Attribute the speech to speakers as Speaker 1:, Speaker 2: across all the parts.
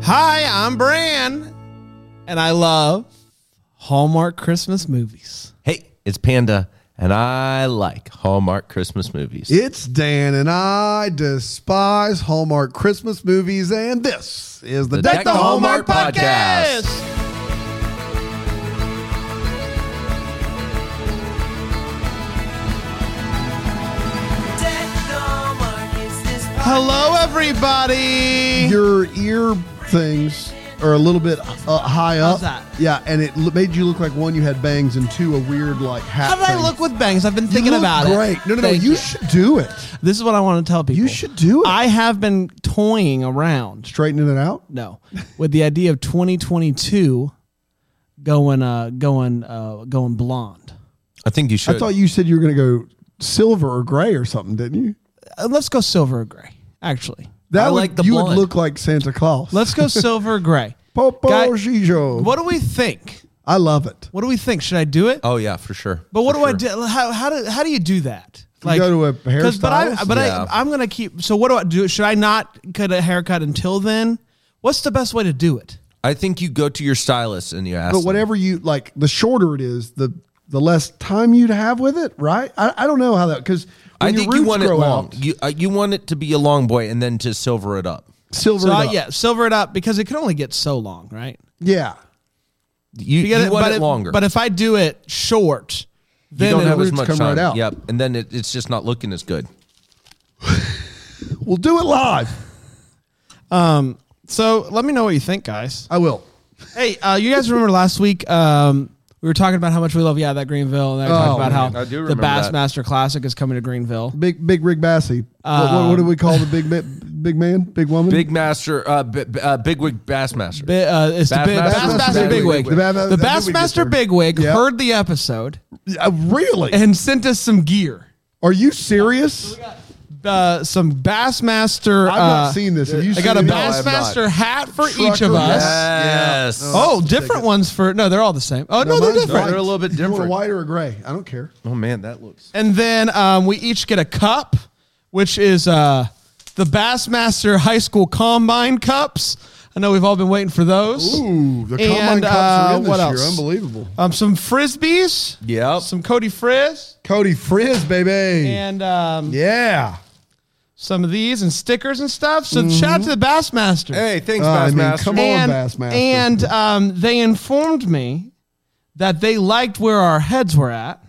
Speaker 1: Hi, I'm Bran, and I love Hallmark Christmas movies.
Speaker 2: Hey, it's Panda, and I like Hallmark Christmas movies.
Speaker 3: It's Dan, and I despise Hallmark Christmas movies, and this is the,
Speaker 2: The
Speaker 3: Deck,
Speaker 2: Deck
Speaker 3: the
Speaker 2: the
Speaker 3: Hallmark.
Speaker 2: Hallmark Podcast.
Speaker 1: Hello, everybody.
Speaker 3: Your ear things are a little bit uh, high up.
Speaker 1: How's that?
Speaker 3: Yeah, and it l- made you look like one, you had bangs, and two, a weird like hat.
Speaker 1: How did I
Speaker 3: thing.
Speaker 1: look with bangs? I've been
Speaker 3: You
Speaker 1: thinking
Speaker 3: look
Speaker 1: about
Speaker 3: great.
Speaker 1: it.
Speaker 3: No, no, no.
Speaker 1: Thank
Speaker 3: You should do it.
Speaker 1: this is what I want to tell people.
Speaker 3: You should do it.
Speaker 1: I have been toying around.
Speaker 3: Straightening it out.
Speaker 1: No, with the idea of 2022 going, uh, going, uh, going blonde.
Speaker 2: I think you should.
Speaker 3: I thought you said you were going to go silver or gray or something, didn't you?
Speaker 1: Uh, let's go silver or gray. Actually,
Speaker 3: That
Speaker 2: I
Speaker 3: would,
Speaker 2: like the
Speaker 3: you would
Speaker 2: blonde.
Speaker 3: look like Santa Claus.
Speaker 1: let's go silver or gray.
Speaker 3: Popo
Speaker 1: Guy-
Speaker 3: Gijo.
Speaker 1: What do we think?
Speaker 3: I love it.
Speaker 1: What do we think? Should I do it?
Speaker 2: oh yeah, for sure.
Speaker 1: But what
Speaker 2: For
Speaker 1: do I
Speaker 2: sure.
Speaker 1: do? How how do how do you do that?
Speaker 3: go to a
Speaker 1: 'cause- But I
Speaker 3: hairstylist?
Speaker 1: but
Speaker 2: Yeah.
Speaker 1: I I'm gonna keep. So what do I do? Should I not get a haircut until then? What's the best way to do it?
Speaker 2: I think you go to your stylist and you ask.
Speaker 3: but
Speaker 2: them.
Speaker 3: whatever you like, the shorter it is, the the less time you'd have with it, right? I, I don't know how that because
Speaker 2: I think you want it
Speaker 3: grow
Speaker 2: long.
Speaker 3: out,
Speaker 2: You uh, you want it to be a long boy, and then to silver it up.
Speaker 3: silver.
Speaker 1: So
Speaker 3: it
Speaker 1: I-
Speaker 3: up.
Speaker 1: yeah, silver it up because it can only get so long, right?
Speaker 3: yeah.
Speaker 2: You, you,
Speaker 1: Because
Speaker 2: want
Speaker 1: but
Speaker 2: it
Speaker 1: if-
Speaker 2: longer.
Speaker 1: But if I do it short,
Speaker 2: you
Speaker 1: then
Speaker 2: don't
Speaker 1: it-
Speaker 2: have as
Speaker 3: roots
Speaker 2: much
Speaker 3: come
Speaker 2: time.
Speaker 3: right out.
Speaker 2: Yep, and then it, it's just not looking as good.
Speaker 3: We'll do it live.
Speaker 1: um, so let me know what you think, guys.
Speaker 3: I will.
Speaker 1: Uh, Hey, uh, you guys remember last week? Um, we were talking about how much we love, yeah, that Greenville, and I
Speaker 3: Oh,
Speaker 1: talked about
Speaker 3: man.
Speaker 1: how
Speaker 2: I do
Speaker 1: the
Speaker 2: remember that.
Speaker 1: Bassmaster Classic is coming to Greenville.
Speaker 3: Big big Rig Bassey. what, what, what do we call the big ma- big man, big woman?
Speaker 2: Big master, uh, b- b- uh, bigwig bassmaster.
Speaker 1: Bi- uh, it's the
Speaker 2: Bassmaster-
Speaker 1: big, Bassmaster,
Speaker 2: Bassmaster
Speaker 1: Bigwig.
Speaker 2: Bigwig.
Speaker 1: The,
Speaker 3: The Bass-
Speaker 1: Bassmaster
Speaker 3: Bassmaster
Speaker 1: Bigwig
Speaker 3: Yeah.
Speaker 1: heard the episode
Speaker 3: Uh, really?
Speaker 1: and sent us some gear,
Speaker 3: Are you serious?
Speaker 1: uh, some Bassmaster.
Speaker 3: I've
Speaker 1: uh,
Speaker 3: not seen this. Have you
Speaker 1: I
Speaker 3: seen
Speaker 1: got a
Speaker 3: it?
Speaker 2: I've not.
Speaker 1: Bassmaster hat for each of
Speaker 3: Trucker
Speaker 1: us.
Speaker 3: hat.
Speaker 2: yes.
Speaker 1: Oh, different ones for no, they're all the same. Oh no,
Speaker 3: No,
Speaker 1: they're
Speaker 3: mine's
Speaker 1: different.
Speaker 3: white.
Speaker 2: They're a little bit
Speaker 3: You want
Speaker 2: different.
Speaker 3: a white or a gray? I don't care.
Speaker 2: oh man, that looks.
Speaker 1: And then um, we each get a cup, which is uh, the Bassmaster High School Combine Cups. I know we've all been waiting for those.
Speaker 3: Ooh, the combine
Speaker 1: And,
Speaker 3: cups are in
Speaker 1: uh,
Speaker 3: this
Speaker 1: what
Speaker 3: year.
Speaker 1: else?
Speaker 3: Unbelievable.
Speaker 1: Um, some frisbees.
Speaker 2: Yep.
Speaker 1: Some Cody Frizz.
Speaker 3: Cody Frizz, baby.
Speaker 1: And um,
Speaker 3: yeah.
Speaker 1: some of these and stickers and stuff. So shout out to the Bassmaster.
Speaker 2: Hey, thanks,
Speaker 3: Uh, I mean,
Speaker 2: Bassmaster.
Speaker 3: come on.
Speaker 1: and,
Speaker 3: Bassmaster.
Speaker 1: And um, they informed me that they liked where our heads were at.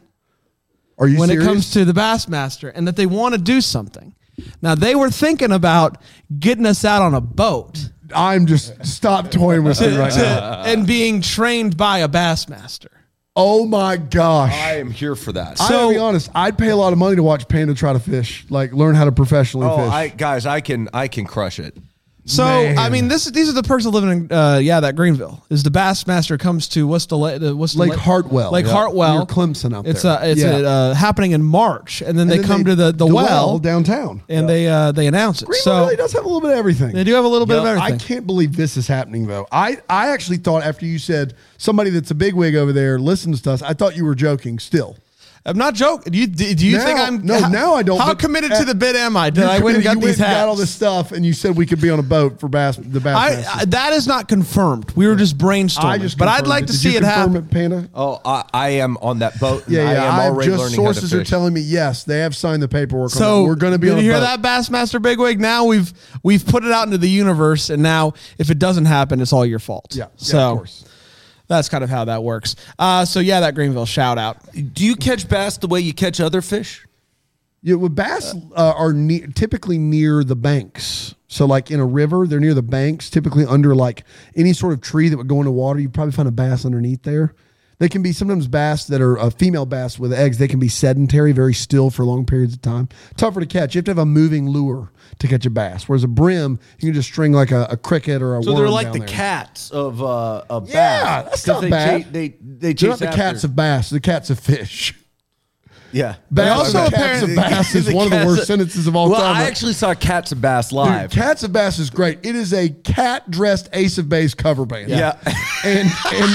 Speaker 3: Are you
Speaker 1: when
Speaker 3: serious?
Speaker 1: it comes to the Bassmaster and that they want to do something. Now they were thinking about getting us out on a boat
Speaker 3: I'm just stop toying with me right
Speaker 1: to-
Speaker 3: now.
Speaker 1: and being trained by a Bassmaster.
Speaker 3: Oh my gosh.
Speaker 2: I
Speaker 3: I,
Speaker 2: am here for that.
Speaker 3: am
Speaker 1: so-
Speaker 3: to be honest, I'd pay a lot of money to watch Panda try to fish, like learn how to professionally
Speaker 2: oh,
Speaker 3: fish.
Speaker 2: I, guys, I can I can crush it.
Speaker 1: So
Speaker 3: Man.
Speaker 1: I mean, this these are the perks of living in uh, yeah that Greenville is the Bassmaster comes to what's the la- the- what's the
Speaker 3: Lake
Speaker 1: la-
Speaker 3: Hartwell.
Speaker 1: Lake
Speaker 3: Yeah.
Speaker 1: Hartwell
Speaker 3: Near Clemson up
Speaker 1: it's
Speaker 3: there.
Speaker 1: uh, it's
Speaker 3: Yeah.
Speaker 1: uh, happening in March and then
Speaker 3: And
Speaker 1: they
Speaker 3: then
Speaker 1: come
Speaker 3: they-
Speaker 1: to the the, well,
Speaker 3: downtown.
Speaker 1: and they uh, they announce it.
Speaker 3: Greenville
Speaker 1: so
Speaker 3: really does have a little bit of everything.
Speaker 1: they do have a little bit of everything.
Speaker 3: I can't believe this is happening though. I, I actually thought after you said somebody that's a bigwig over there listens to us, I thought you were joking still.
Speaker 1: I'm not joking. Do you, do do you
Speaker 3: Now-
Speaker 1: think I'm
Speaker 3: no, now I don't,
Speaker 1: How
Speaker 3: but-
Speaker 1: committed to the bid am I? Did
Speaker 3: You
Speaker 1: I went
Speaker 3: committed-
Speaker 1: and got
Speaker 3: you
Speaker 1: these
Speaker 3: went and
Speaker 1: hats?
Speaker 3: got all this stuff, and you said we could be on a boat for bass, the
Speaker 1: I,
Speaker 3: bass.
Speaker 1: I, that is not confirmed. We were just brainstorming. but I'd like to see it happen.
Speaker 3: Panda?
Speaker 2: Oh, I, I am on that boat. and
Speaker 3: Yeah,
Speaker 2: I am
Speaker 3: yeah. I've
Speaker 2: already
Speaker 3: just
Speaker 2: learning how to
Speaker 3: sources are
Speaker 2: fish.
Speaker 3: telling me yes, they have signed the paperwork. on
Speaker 1: So
Speaker 3: that. we're going to be
Speaker 1: did
Speaker 3: on a
Speaker 1: you hear
Speaker 3: boat.
Speaker 1: that, Bassmaster Bigwig? Now we've we've put it out into the universe, and now if it doesn't happen, it's all your fault.
Speaker 3: Yeah, yeah, of
Speaker 1: So
Speaker 3: course.
Speaker 1: that's kind of how that works. Uh, so yeah, that Greenville shout out.
Speaker 2: Do you catch bass the way you catch other fish?
Speaker 3: Yeah, well, bass uh, are ne- typically near the banks. So, like in a river, they're near the banks, typically under like any sort of tree that would go into water. You'd probably find a bass underneath there. They can be sometimes bass that are uh, female bass with eggs. They can be sedentary, very still for long periods of time. Tougher to catch. You have to have a moving lure to catch a bass. Whereas a brim, you can just string like a, a cricket or a
Speaker 2: So
Speaker 3: worm
Speaker 2: they're like
Speaker 3: down
Speaker 2: the
Speaker 3: there.
Speaker 2: cats of uh, a bass.
Speaker 3: Yeah, that's
Speaker 2: 'Cause
Speaker 3: not
Speaker 2: they
Speaker 3: bad.
Speaker 2: cha- they they
Speaker 3: They're
Speaker 2: chase
Speaker 3: not the
Speaker 2: after-
Speaker 3: cats of bass. They're the cats of fish.
Speaker 2: yeah.
Speaker 3: Bass also
Speaker 1: also
Speaker 3: cats
Speaker 1: apparently-
Speaker 3: of bass is
Speaker 2: The
Speaker 3: one of the
Speaker 2: cats
Speaker 3: worst sentences of all
Speaker 2: well,
Speaker 3: time.
Speaker 2: I
Speaker 3: right?
Speaker 2: actually saw cats of bass
Speaker 3: Dude,
Speaker 2: live.
Speaker 3: Cats of Bass is great. It is a cat dressed Ace of Base cover band.
Speaker 2: Yeah.
Speaker 3: and and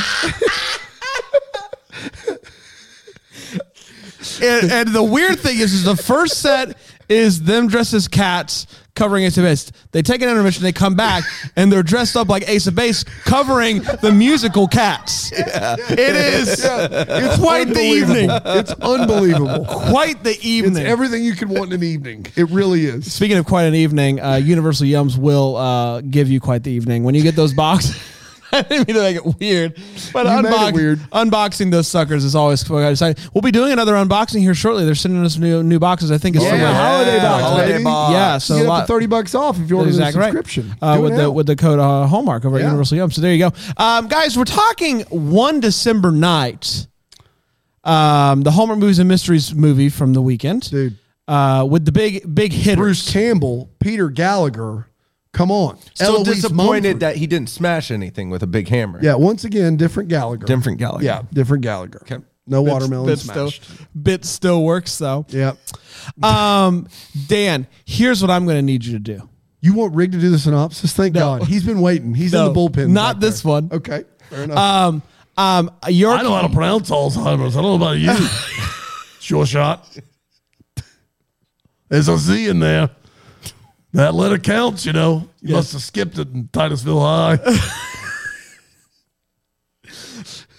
Speaker 1: And, and the weird thing is, is the first set is them dressed as cats covering Ace of Base. They take an intermission, they come back, and they're dressed up like Ace of Base covering the musical cats. It is
Speaker 3: It's
Speaker 1: quite the
Speaker 3: unbelievable.
Speaker 1: evening.
Speaker 3: It's unbelievable.
Speaker 1: quite the
Speaker 3: It's
Speaker 1: evening.
Speaker 3: everything you could want in an evening. It really is.
Speaker 1: Speaking of quite an evening, uh, Universal Yums will uh, give you quite the evening when you get those boxes. I didn't mean to make it weird, but
Speaker 3: You made it
Speaker 1: unbox,
Speaker 3: weird.
Speaker 1: unboxing those suckers is always fun. I decided- We'll be doing another unboxing here shortly. They're sending us new new boxes. I think it's
Speaker 3: Oh, Yeah,
Speaker 1: somewhere-
Speaker 3: holiday box,
Speaker 2: holiday
Speaker 3: baby.
Speaker 2: box.
Speaker 1: Yeah, so
Speaker 3: you
Speaker 1: a
Speaker 3: get up
Speaker 1: lot,
Speaker 3: to thirty bucks off if you order the
Speaker 1: exactly right.
Speaker 3: subscription.
Speaker 1: Uh,
Speaker 3: Do it
Speaker 1: with the
Speaker 3: now.
Speaker 1: with the code uh, Hallmark over at
Speaker 3: Yeah.
Speaker 1: Universal Yum. So there you go, um, guys. We're talking one December night, um, the Hallmark Movies and Mysteries movie from the weekend,
Speaker 3: Dude.
Speaker 1: uh, with the big big hitters.
Speaker 3: Bruce Campbell, Peter Gallagher. Come on.
Speaker 2: Still
Speaker 3: Eloise
Speaker 2: disappointed
Speaker 3: Mumford.
Speaker 2: that he didn't smash anything with a big hammer.
Speaker 3: Yeah, once again, different Gallagher.
Speaker 2: Different Gallagher.
Speaker 3: Yeah, different Gallagher.
Speaker 2: Okay.
Speaker 3: No
Speaker 1: Bit-
Speaker 3: watermelon
Speaker 1: bit
Speaker 3: smashed.
Speaker 1: Still, bit still works though.
Speaker 3: Yeah.
Speaker 1: Um, Dan, here's what I'm going to need you to do.
Speaker 3: You want Rig to do the synopsis? Thank God. He's been waiting. He's
Speaker 1: No,
Speaker 3: in the bullpen.
Speaker 1: not
Speaker 3: back
Speaker 1: this
Speaker 3: there.
Speaker 1: one.
Speaker 3: Okay. Fair enough.
Speaker 1: Um, um, your
Speaker 4: I know how to pronounce Alzheimer's. I don't know about you. Sure shot. There's a Z in there. That letter counts, you know. You must have skipped it in Titusville High.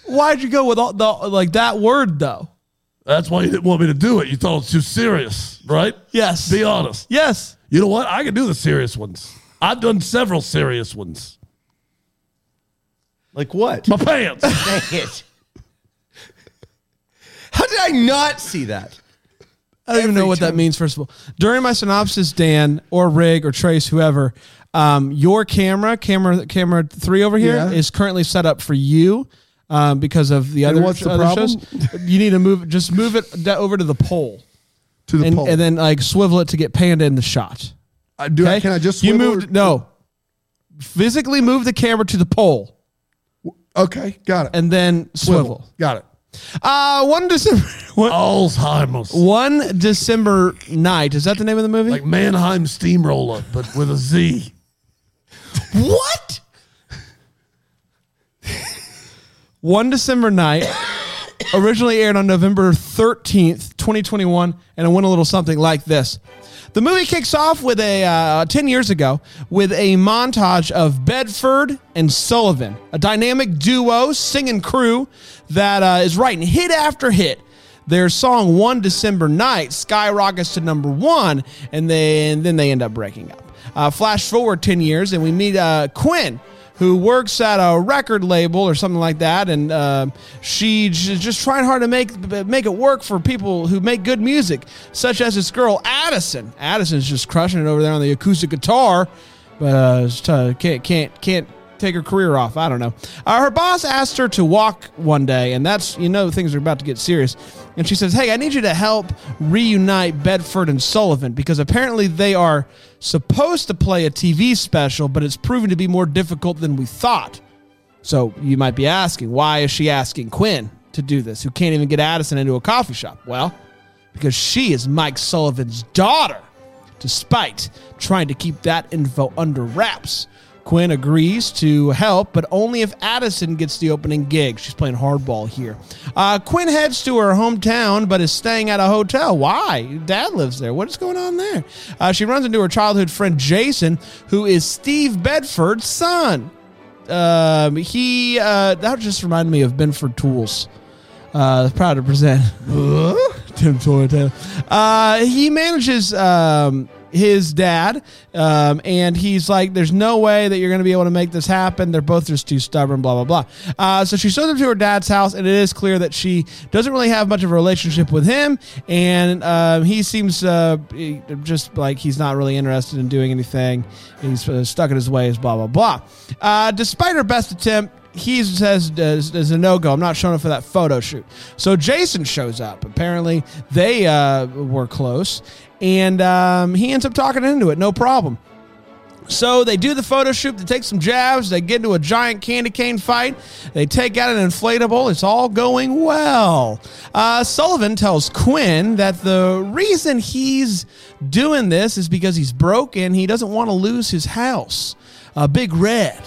Speaker 1: why'd you go with all the like that word though?
Speaker 4: That's why you didn't want me to do it. You thought it was too serious, right?
Speaker 1: Yes.
Speaker 4: Be honest.
Speaker 1: Yes.
Speaker 4: You know what? I can do the serious ones. I've done several serious ones.
Speaker 2: Like what?
Speaker 4: My pants.
Speaker 2: Dang it. How did I not see that?
Speaker 1: I don't even know what that means. First of all, during my synopsis, Dan or Rig or Trace, whoever, um, your camera, camera, camera three over here,
Speaker 3: Yeah.
Speaker 1: is currently set up for you um, because of the other,
Speaker 3: what's the
Speaker 1: other
Speaker 3: problem?
Speaker 1: shows. You need to move, just move it da- over to the pole,
Speaker 3: to the
Speaker 1: and,
Speaker 3: poll.
Speaker 1: and then like swivel it to get Panda in the shot.
Speaker 3: I do. I,
Speaker 1: Okay?
Speaker 3: can I just
Speaker 1: you
Speaker 3: swivel
Speaker 1: moved
Speaker 3: or-
Speaker 1: no physically move the camera to the pole
Speaker 3: Okay, got it.
Speaker 1: and then swivel.
Speaker 3: Got it.
Speaker 1: Uh, one December
Speaker 4: Alzheimer's.
Speaker 1: one December night is that the name of the movie?
Speaker 4: Like Mannheim Steamroller, but with a Z.
Speaker 1: what? one December night. Originally aired on November 13th, 2021, and it went a little something like this. The movie kicks off with a uh, 10 years ago with a montage of Bedford and Sullivan, a dynamic duo, singing crew that uh, is writing hit after hit. Their song "One December Night" skyrockets to number one, and then then they end up breaking up. Uh, flash forward 10 years, and we meet uh, Quinn, who works at a record label or something like that, and um she she's just trying hard to make make it work for people who make good music, such as this girl Addison. Addison's just crushing it over there on the acoustic guitar, but uh, it's t- can't can't can't take her career off. I don't know. Uh, her boss asked her to walk one day, and that's you know things are about to get serious. And she says, "Hey, I need you to help reunite Bedford and Sullivan because apparently they are supposed to play a TV special, but it's proving to be more difficult than we thought." So you might be asking, why is she asking Quinn to do this, who can't even get Addison into a coffee shop? Well, because she is Mike Sullivan's daughter, despite trying to keep that info under wraps. Quinn agrees to help, but only if Addison gets the opening gig. She's playing hardball here. Uh, Quinn heads to her hometown, but is staying at a hotel. Why? Dad lives there. What is going on there? Uh, she runs into her childhood friend Jason, who is Steve Bedford's son um, he uh, that just reminded me of Benford Tools. Uh, proud to present Tim Toy Taylor. Uh, he manages um, his dad, um, and he's like, "There's no way that you're going to be able to make this happen. They're both just too stubborn." Blah blah blah. Uh, so she shows up to her dad's house, and it is clear that she doesn't really have much of a relationship with him, and um, he seems uh, he- just like he's not really interested in doing anything. He's uh, stuck in his ways. Blah blah blah. Uh, despite her best attempt, he says is, is a no go. I'm not showing up for that photo shoot. So Jason shows up. Apparently they uh, were close, and um, he ends up talking into it. No problem. So they do the photo shoot. They take some jabs. They get into a giant candy cane fight. They take out an inflatable. It's all going well. Uh, Sullivan tells Quinn that the reason he's doing this is because he's broke and he doesn't want to lose his house. Uh, Big Red.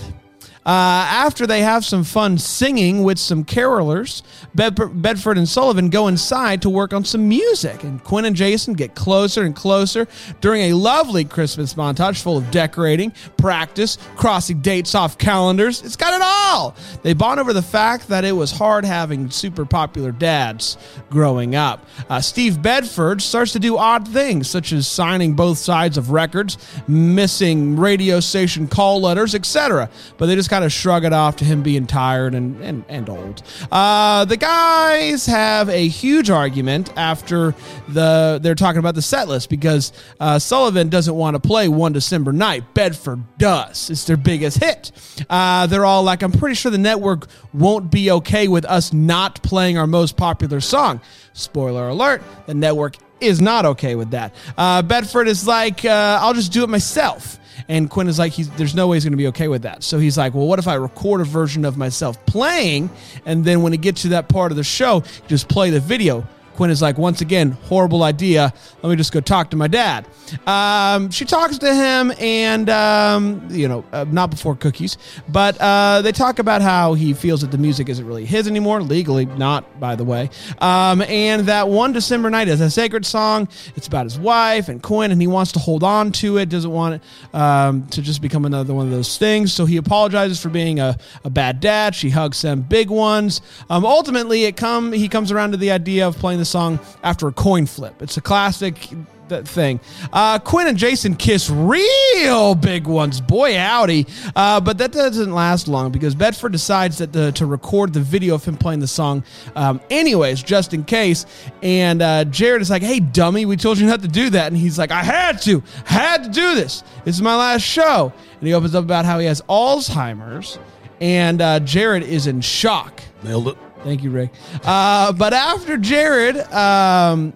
Speaker 1: Uh, after they have some fun singing with some carolers, Bed- Bedford and Sullivan go inside to work on some music, and Quinn and Jason get closer and closer during a lovely Christmas montage full of decorating, practice, crossing dates off calendars. It's got it all. They bond over the fact that it was hard having super popular dads growing up. Uh, Steve Bedford starts to do odd things, such as signing both sides of records, missing radio station call letters, etc. But they just kind of shrug it off to him being tired and, and, and old. Uh, the guys have a huge argument after the they're talking about the set list because uh, Sullivan doesn't want to play One December Night. Bedford does. It's their biggest hit. Uh, they're all like, I'm pretty sure the network won't be okay with us not playing our most popular song. Spoiler alert, the network is not okay with that. Uh, Bedford is like, uh, I'll just do it myself. And Quinn is like, he's, there's no way he's going to be okay with that. So he's like, well, what if I record a version of myself playing? And then when it gets to that part of the show, just play the video. Quinn is like, once again, horrible idea. Let me just go talk to my dad. Um, she talks to him, and um, you know, uh, not before cookies, but uh, they talk about how he feels that the music isn't really his anymore, legally not, by the way. Um, and that one December night is a sacred song. It's about his wife and Quinn, and he wants to hold on to it. Doesn't want it um, to just become another one of those things. So he apologizes for being a, a bad dad. She hugs him, big ones. Um, ultimately, it come he comes around to the idea of playing the song after a coin flip. It's a classic that thing. Uh, Quinn and Jason kiss real big ones, boy howdy. Uh, but that doesn't last long because Bedford decides that the, to record the video of him playing the song, um, anyways, just in case. And uh, Jared is like, "Hey, dummy, we told you not to do that." And he's like, "I had to, had to do this. This is my last show." And he opens up about how he has Alzheimer's, and uh, Jared is in shock.
Speaker 4: Nailed it.
Speaker 1: Thank you, Rick. Uh, but after Jared, um,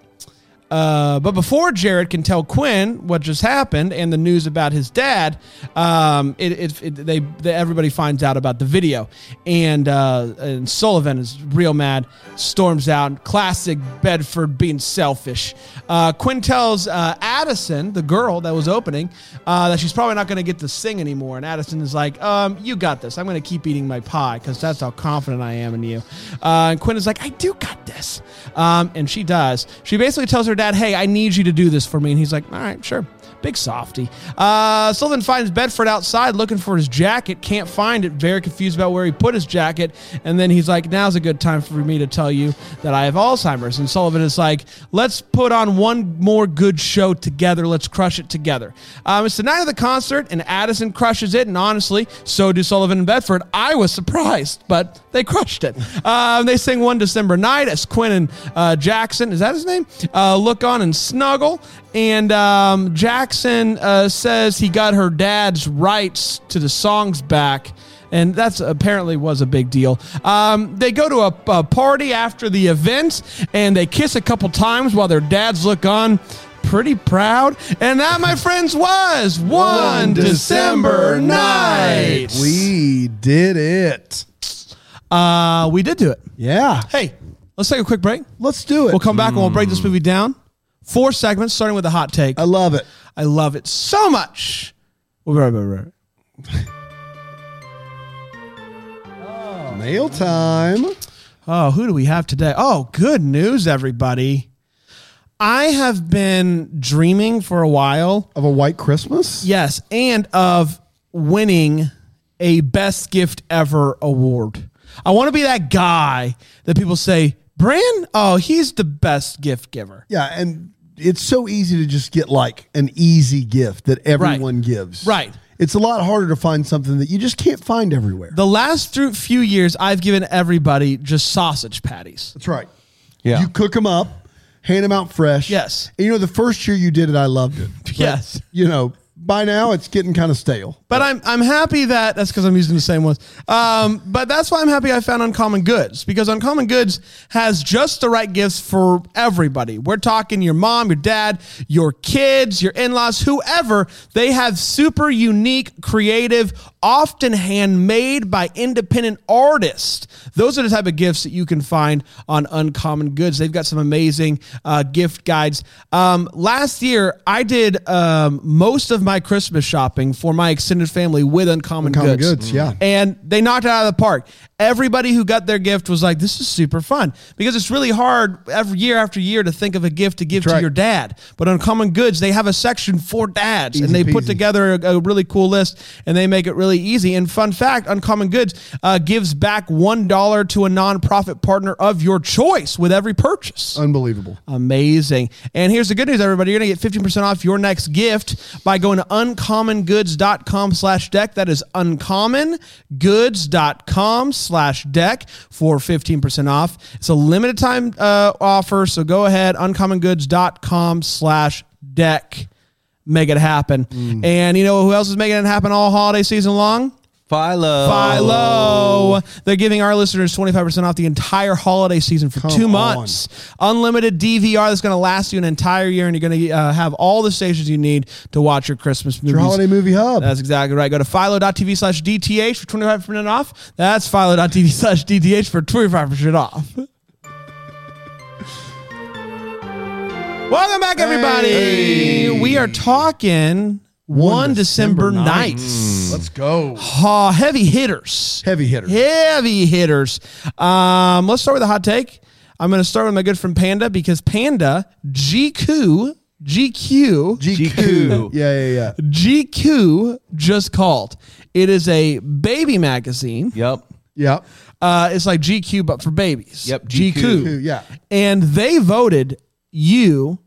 Speaker 1: uh, but before Jared can tell Quinn what just happened and the news about his dad, um, it, it, it they, they everybody finds out about the video, and uh, and Sullivan is real mad, storms out. Classic Bedford being selfish. Uh, Quinn tells uh, Addison, the girl that was opening, uh, that she's probably not going to get to sing anymore, and Addison is like, um, "You got this. I'm going to keep eating my pie because that's how confident I am in you." Uh, and Quinn is like, "I do got this," um, and she does. She basically tells her dad, "Hey, I need you to do this for me," and he's like, "All right, sure." Big softy. Uh, Sullivan finds Bedford outside looking for his jacket. Can't find it. Very confused about where he put his jacket. And then he's like, "Now's a good time for me to tell you that I have Alzheimer's." And Sullivan is like, "Let's put on one more good show together. Let's crush it together." Um, it's the night of the concert, and Addison crushes it. And honestly, so do Sullivan and Bedford. I was surprised, but they crushed it. Um, they sing one December night as Quinn and uh, Jackson. Is that his name? Uh, look on and snuggle. And um, Jackson uh, says he got her dad's rights to the songs back. And that's apparently was a big deal. Um, they go to a, a party after the event and they kiss a couple times while their dads look on pretty proud. And that, my friends, was one December night.
Speaker 3: We did it.
Speaker 1: Uh, we did do it.
Speaker 3: Yeah.
Speaker 1: Hey, let's take a quick break.
Speaker 3: Let's do it.
Speaker 1: We'll come back and we'll break this movie down. Four segments, starting with a hot take.
Speaker 3: I love it.
Speaker 1: I love it so much. We'll be right back. right back.
Speaker 3: Mail time.
Speaker 1: Oh, who do we have today? Oh, good news, everybody. I have been dreaming for a while.
Speaker 3: Of a white Christmas?
Speaker 1: Yes, and of winning a best gift ever award. I want to be that guy that people say, Bran, oh, he's the best gift giver.
Speaker 3: Yeah, and it's so easy to just get like an easy gift that everyone gives.
Speaker 1: Right.
Speaker 3: It's a lot harder to find something that you just can't find everywhere.
Speaker 1: The last thru- few years, I've given everybody just sausage patties.
Speaker 3: That's right.
Speaker 2: Yeah.
Speaker 3: You cook them up, hand them out fresh.
Speaker 1: Yes.
Speaker 3: And you know, the first year you did it, I loved it. But,
Speaker 1: Yes.
Speaker 3: You know, by now it's getting kind of stale.
Speaker 1: But I'm I'm happy that that's because I'm using the same ones. Um, but that's why I'm happy I found Uncommon Goods because Uncommon Goods has just the right gifts for everybody. We're talking your mom, your dad, your kids, your in-laws, whoever. They have super unique, creative, often handmade by independent artists. Those are the type of gifts that you can find on Uncommon Goods. They've got some amazing uh, gift guides. Um, last year, I did um, most of my my Christmas shopping for my extended family with Uncommon,
Speaker 3: Uncommon
Speaker 1: Goods.
Speaker 3: Goods,
Speaker 1: Mm-hmm.
Speaker 3: yeah.
Speaker 1: And they knocked it out of the park. Everybody who got their gift was like, this is super fun because it's really hard every year after year to think of a gift to give to
Speaker 3: right.
Speaker 1: your dad. But on Common Goods, they have a section for dads and
Speaker 3: Easy
Speaker 1: they put
Speaker 3: peasy.
Speaker 1: together a, a really cool list and they make it really easy. And fun fact Uncommon Goods uh, gives back $1 to a nonprofit partner of your choice with every purchase.
Speaker 3: Unbelievable.
Speaker 1: Amazing. And here's the good news, everybody. You're going to get 15% off your next gift by going to uncommongoods.com slash deck. That is uncommongoods.com slash deck for 15% off. It's a limited time uh, offer, so go ahead, uncommongoods.com slash deck. Make it happen. And you know who else is making it happen all holiday season long?
Speaker 2: Philo.
Speaker 1: Philo. They're giving our listeners 25% off the entire holiday season for two
Speaker 3: on.
Speaker 1: months. Unlimited DVR that's going to last you an entire year, and you're going to uh, have all the stations you need to watch your Christmas movies.
Speaker 3: Your holiday movie hub.
Speaker 1: That's exactly right. Go to philo.tv slash DTH for 25% off. That's philo.tv slash DTH for 25% off. Welcome back, everybody. We are talking one, December, nights.
Speaker 3: Let's go.
Speaker 1: Ha, heavy hitters.
Speaker 3: Heavy hitter.
Speaker 1: Heavy hitters. Um, let's start with a hot take. I'm going to start with my good friend Panda because Panda GQ GQ
Speaker 2: GQ.
Speaker 3: Yeah, yeah, yeah.
Speaker 1: GQ just called. It is a baby magazine.
Speaker 2: Yep.
Speaker 3: Yep.
Speaker 1: Uh, it's like GQ but for babies.
Speaker 2: Yep, GQ.
Speaker 3: Two, yeah.
Speaker 1: And they voted you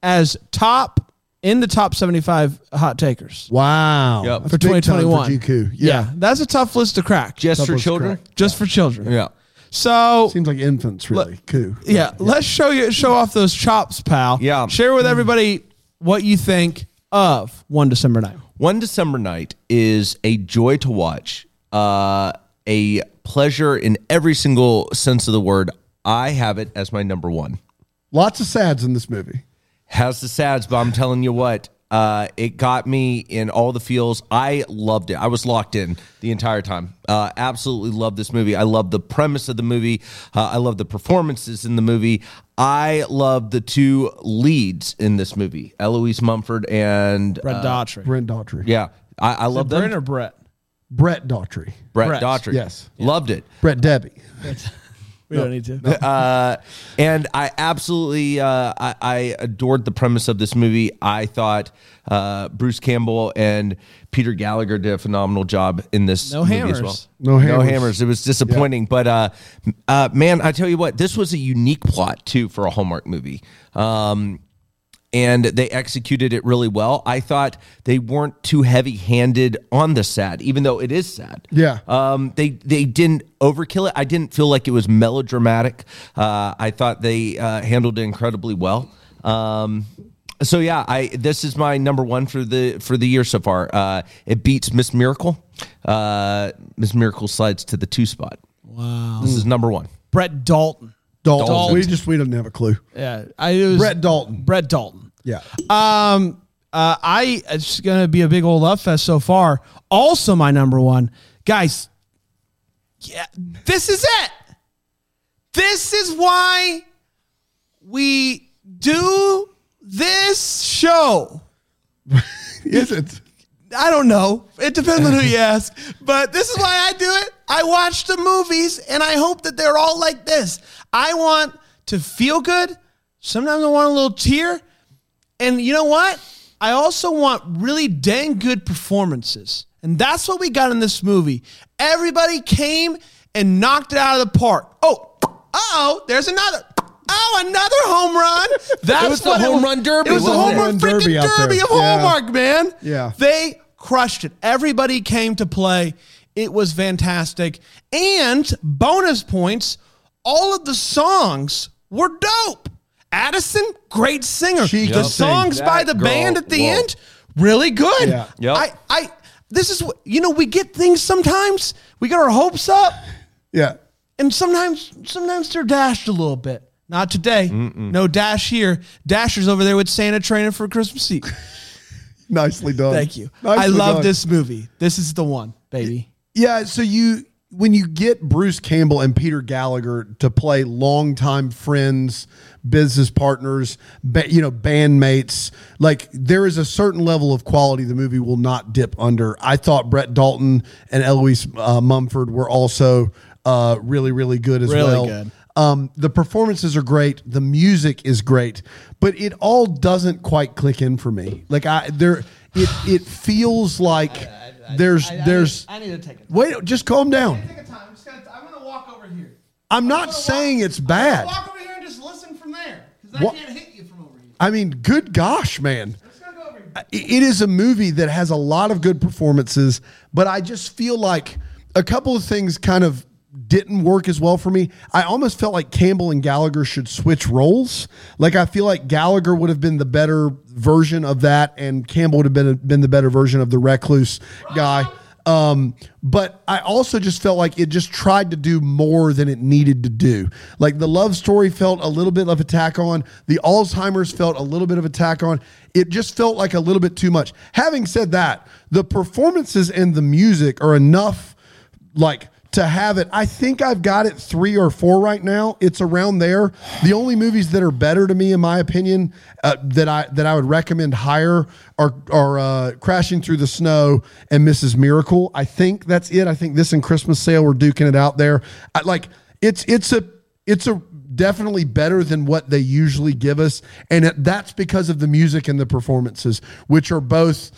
Speaker 1: as top in the top 75 hot takers
Speaker 3: Wow.
Speaker 2: Yep.
Speaker 3: That's
Speaker 1: for
Speaker 3: big time
Speaker 1: 2021.
Speaker 3: GQ. Yeah.
Speaker 1: that's a tough list to crack.
Speaker 2: Just for
Speaker 3: Double's
Speaker 2: children.
Speaker 3: correct.
Speaker 1: just for children.
Speaker 2: Yeah.
Speaker 1: So
Speaker 3: Seems like infants, really. Coup.
Speaker 1: Yeah, let's show you show off those chops, pal.
Speaker 2: Yeah.
Speaker 1: Share with everybody what you think of one December night.
Speaker 2: One December night is a joy to watch, uh, a pleasure in every single sense of the word. I have it as my number one.
Speaker 3: Lots of sads in this movie.
Speaker 2: Has the sads, but I'm telling you what, uh, it got me in all the feels. I loved it. I was locked in the entire time. Uh, absolutely loved this movie. I love the premise of the movie. Uh, I love the performances in the movie. I love the two leads in this movie, Eloise Mumford and
Speaker 1: Brett
Speaker 2: uh,
Speaker 1: Daughtry.
Speaker 3: Brent Daughtry.
Speaker 2: yeah, I, I love them.
Speaker 1: Brent or Brett?
Speaker 3: Brett Daughtry.
Speaker 2: Brett
Speaker 1: Brett.
Speaker 2: Daughtry.
Speaker 3: Yes.
Speaker 2: Loved it.
Speaker 3: Brett Debbie.
Speaker 1: We don't need to.
Speaker 2: Uh, and I absolutely, uh, I, I adored the premise of this movie. I thought uh, Bruce Campbell and Peter Gallagher did a phenomenal job in this
Speaker 1: No
Speaker 2: movie
Speaker 1: hammers.
Speaker 2: as well.
Speaker 3: No hammers.
Speaker 2: It was disappointing. But uh, uh, man, I tell you what, this was a unique plot too for a Hallmark movie. Um, and they executed it really well. I thought they weren't too heavy-handed on the sad, even though it is sad.
Speaker 3: Yeah.
Speaker 2: Um, they they didn't overkill it. I didn't feel like it was melodramatic. Uh, I thought they uh, handled it incredibly well. Um, so yeah, I this is my number one for the for the year so far. Uh, it beats Miss Miracle. Uh, Miss Miracle slides to the two spot. Wow, this is number one.
Speaker 1: Brett Dalton.
Speaker 3: Dalton.
Speaker 1: Dalton.
Speaker 3: We just we don't have a clue.
Speaker 1: Yeah, I, it was
Speaker 3: Brett Dalton.
Speaker 1: Brett Dalton.
Speaker 3: Yeah.
Speaker 1: Um, uh, I it's gonna be a big old love fest so far. Also, my number one, guys. Yeah, this is it. This is why we do this show.
Speaker 3: Is it?
Speaker 1: I don't know. It depends on who you ask. But this is why I do it. I watch the movies and I hope that they're all like this. I want to feel good. Sometimes I want a little tear. And you know what? I also want really dang good performances. And that's what we got in this movie. Everybody came and knocked it out of the park. Oh, uh oh, there's another. Oh, another home run. That's
Speaker 2: was the
Speaker 1: what
Speaker 2: home
Speaker 1: was.
Speaker 2: run derby,
Speaker 1: It was the
Speaker 2: wasn't
Speaker 1: home
Speaker 2: it?
Speaker 1: run freaking
Speaker 3: Derby
Speaker 1: derby,
Speaker 3: out there.
Speaker 1: of
Speaker 3: Yeah.
Speaker 1: Hallmark man.
Speaker 3: Yeah.
Speaker 1: They crushed it. Everybody came to play. It was fantastic. And bonus points, all of the songs were dope. Addison, great singer.
Speaker 3: She
Speaker 1: the
Speaker 3: can
Speaker 1: songs
Speaker 2: sing.
Speaker 1: by
Speaker 2: That
Speaker 1: the
Speaker 2: girl,
Speaker 1: band at the
Speaker 2: whoa.
Speaker 1: end, really good.
Speaker 3: Yeah.
Speaker 2: Yep.
Speaker 1: I, I, this is what, you know, we get things sometimes, we get our hopes up,
Speaker 3: Yeah.
Speaker 1: and sometimes, sometimes they're dashed a little bit. Not today. No dash here. Dasher's over there with Santa training for Christmas Eve.
Speaker 3: Nicely done.
Speaker 1: Thank you. I
Speaker 3: Nicely
Speaker 1: love
Speaker 3: done.
Speaker 1: this movie. This is the one, baby.
Speaker 3: Yeah, so you when you get Bruce Campbell and Peter Gallagher to play longtime friends, business partners, ba- you know, bandmates, like there is a certain level of quality the movie will not dip under. I thought Brett Dalton and Eloise uh, Mumford were also uh, really, really good as
Speaker 1: Really
Speaker 3: well.
Speaker 1: good.
Speaker 3: Um, the performances are great. The music is great, but it all doesn't quite click in for me. Like I there, it it feels like there's there's
Speaker 1: I need to take it.
Speaker 3: Wait, just calm down.
Speaker 1: Take a time. I'm just gonna. I'm gonna walk over here.
Speaker 3: I'm not saying it's bad.
Speaker 1: Walk over here and just listen from there, because
Speaker 3: What-
Speaker 1: I can't hit you from over here.
Speaker 3: I mean, good gosh, man.
Speaker 1: Just gonna go over here.
Speaker 3: I- It is a movie that has a lot of good performances, but I just feel like a couple of things kind of didn't work as well for me. I almost felt like Campbell and Gallagher should switch roles. Like I feel like Gallagher would have been the better version of that and Campbell would have been been the better version of the recluse guy. Um, but I also just felt like it just tried to do more than it needed to do. Like the love story felt a little bit of attack on, the Alzheimer's felt a little bit of attack on. It just felt like a little bit too much. Having said that, the performances and the music are enough like to have it. I think I've got it three or four right now. It's around there. The only movies that are better to me, in my opinion, uh, that I that I would recommend higher are are uh, Crashing Through the Snow and Mrs. Miracle. I think that's it. I think this and Christmas Sale we're duking it out there. I, like it's it's a it's a definitely better than what they usually give us, and it, that's because of the music and the performances, which are both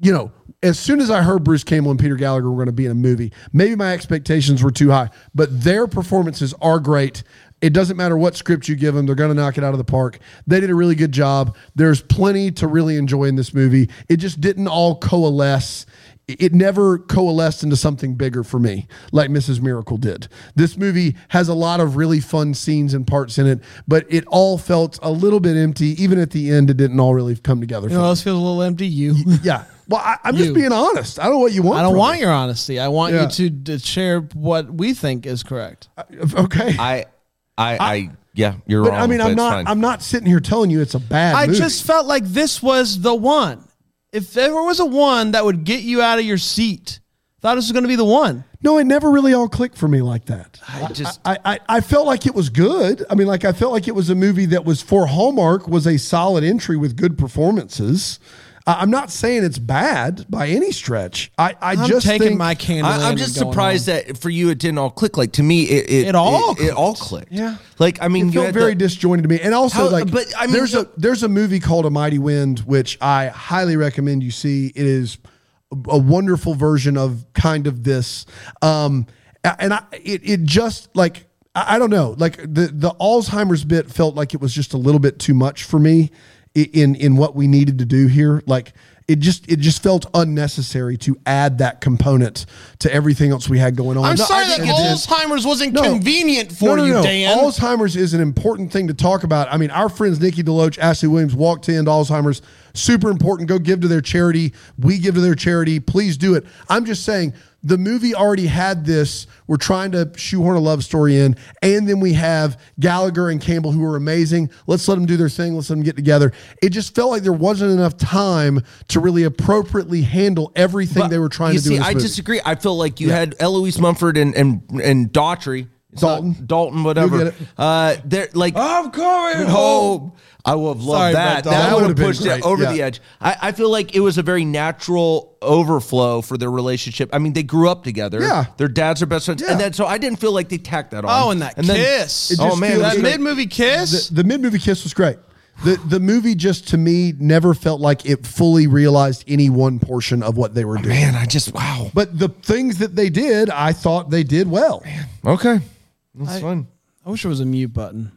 Speaker 3: you know, as soon as I heard Bruce Campbell and Peter Gallagher were going to be in a movie, maybe my expectations were too high, but their performances are great. It doesn't matter what script you give them, they're going to knock it out of the park. They did a really good job. There's plenty to really enjoy in this movie. It just didn't all coalesce. It it never coalesced into something bigger for me, like Mrs. Miracle did. This movie has a lot of really fun scenes and parts in it, but it all felt a little bit empty. Even at the end, it didn't all really come together.
Speaker 1: You
Speaker 3: for
Speaker 1: know,
Speaker 3: me.
Speaker 1: this feels a little empty. You.
Speaker 3: Yeah. Well, I, I'm just
Speaker 1: You.
Speaker 3: being honest. I don't know what you want.
Speaker 1: I don't
Speaker 3: from
Speaker 1: want your honesty. I want
Speaker 3: Yeah.
Speaker 1: you to, to share what we think is correct.
Speaker 3: it. Okay.
Speaker 2: I, I, I, yeah, you're
Speaker 3: but
Speaker 2: wrong.
Speaker 3: I mean, I'm
Speaker 2: it's
Speaker 3: not.
Speaker 2: fine.
Speaker 3: I'm not sitting here telling you it's a bad.
Speaker 1: I
Speaker 3: movie.
Speaker 1: just felt like this was the one. If there was a one that would get you out of your seat, thought this was going to be the one.
Speaker 3: no. It never really all clicked for me like that.
Speaker 2: I just,
Speaker 3: I, I, I felt like it was good. I mean, like I felt like it was a movie that was for Hallmark was a solid entry with good performances. I, am not saying it's bad by any stretch. I, I
Speaker 1: I'm
Speaker 3: just
Speaker 1: taking
Speaker 3: think-
Speaker 1: my candle.
Speaker 2: I, I'm just surprised that for you it didn't all click. Like to me, it it,
Speaker 1: It all
Speaker 2: it, it all clicked.
Speaker 3: Yeah.
Speaker 2: Like I mean,
Speaker 3: it
Speaker 2: you
Speaker 3: felt
Speaker 2: had
Speaker 3: very
Speaker 2: the-
Speaker 3: disjointed to me. And also,
Speaker 2: How-
Speaker 3: like,
Speaker 2: but, I mean,
Speaker 3: there's
Speaker 2: you-
Speaker 3: a there's a movie called A Mighty Wind, which I highly recommend you see. It is a- a wonderful version of kind of this, um, a- and I it it just like. I I don't know. Like the, the Alzheimer's bit felt like it was just a little bit too much for me i- in in what we needed to do here. Like it just it just felt unnecessary to add that component to everything else we had going on.
Speaker 5: I'm
Speaker 3: No,
Speaker 5: sorry
Speaker 3: I
Speaker 5: that
Speaker 3: think it is-
Speaker 5: Alzheimer's wasn't
Speaker 3: No.
Speaker 5: convenient for
Speaker 3: no, no,
Speaker 5: you,
Speaker 3: no.
Speaker 5: Dan.
Speaker 3: Alzheimer's is an important thing to talk about. I mean, our friends Nikki DeLoach, Ashley Williams walked to end Alzheimer's. Super important. Go give to their charity. We give to their charity. Please do it. I'm just saying the movie already had this. We're trying to shoehorn a love story in. And then we have Gallagher and Campbell who are amazing. Let's let them do their thing. Let's let them get together. It just felt like there wasn't enough time to really appropriately handle everything they were trying
Speaker 2: you
Speaker 3: to do.
Speaker 2: see,
Speaker 3: in this
Speaker 2: I
Speaker 3: movie.
Speaker 2: disagree. I feel like you had Eloise Mumford and and and Daughtry. It's not
Speaker 3: Dalton.
Speaker 2: Dalton,
Speaker 3: You
Speaker 2: whatever.
Speaker 3: get it. Oh,
Speaker 2: Uh, they're like
Speaker 4: I'm coming
Speaker 2: home. I would have loved
Speaker 1: Sorry about
Speaker 2: that.
Speaker 1: that.
Speaker 2: That,
Speaker 3: That
Speaker 2: would
Speaker 3: would've
Speaker 2: have
Speaker 3: been
Speaker 2: pushed
Speaker 3: great.
Speaker 2: it over
Speaker 3: Yeah.
Speaker 2: the edge. I, I feel like it was a very natural overflow for their relationship. I mean, they grew up together.
Speaker 3: Yeah.
Speaker 2: their dads are best friends,
Speaker 3: Yeah.
Speaker 2: and then so I didn't feel like they tacked that on.
Speaker 1: Oh, and that
Speaker 2: then-
Speaker 1: kiss.
Speaker 3: It
Speaker 2: oh
Speaker 3: just
Speaker 2: man,
Speaker 3: feels
Speaker 2: that's
Speaker 3: good.
Speaker 1: that
Speaker 2: great.
Speaker 1: mid movie kiss.
Speaker 3: the, the mid movie kiss was great. The the movie just to me never felt like it fully realized any one portion of what they were doing.
Speaker 2: man, I just wow.
Speaker 3: But the things that they did, I thought they did well.
Speaker 2: Okay, that's fun.
Speaker 1: I wish there was a mute button.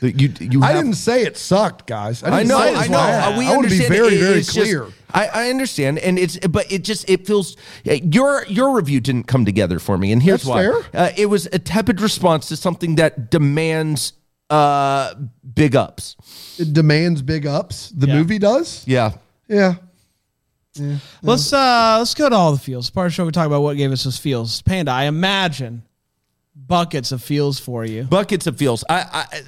Speaker 2: You you
Speaker 3: I
Speaker 2: have-
Speaker 3: didn't say it sucked, guys. I,
Speaker 2: I
Speaker 3: didn't
Speaker 2: know,
Speaker 3: Say it was
Speaker 2: I know. Uh,
Speaker 3: bad.
Speaker 2: We
Speaker 3: I want to be
Speaker 2: understand.
Speaker 3: very,
Speaker 2: It-
Speaker 3: very
Speaker 2: it's just-
Speaker 3: clear.
Speaker 2: I, I understand, and it's but it just it feels uh, your your review didn't come together for me, and here's
Speaker 3: That's
Speaker 2: why.
Speaker 3: fair.
Speaker 2: Uh, it was a tepid response to something that demands uh big ups.
Speaker 3: it demands big ups. The movie does.
Speaker 2: Yeah,
Speaker 3: Yeah.
Speaker 1: Let's
Speaker 3: Mm.
Speaker 1: uh let's go to all the feels. Part of the show we talk about what gave us those feels. Panda, I imagine buckets of feels for you.
Speaker 2: buckets of feels. I, I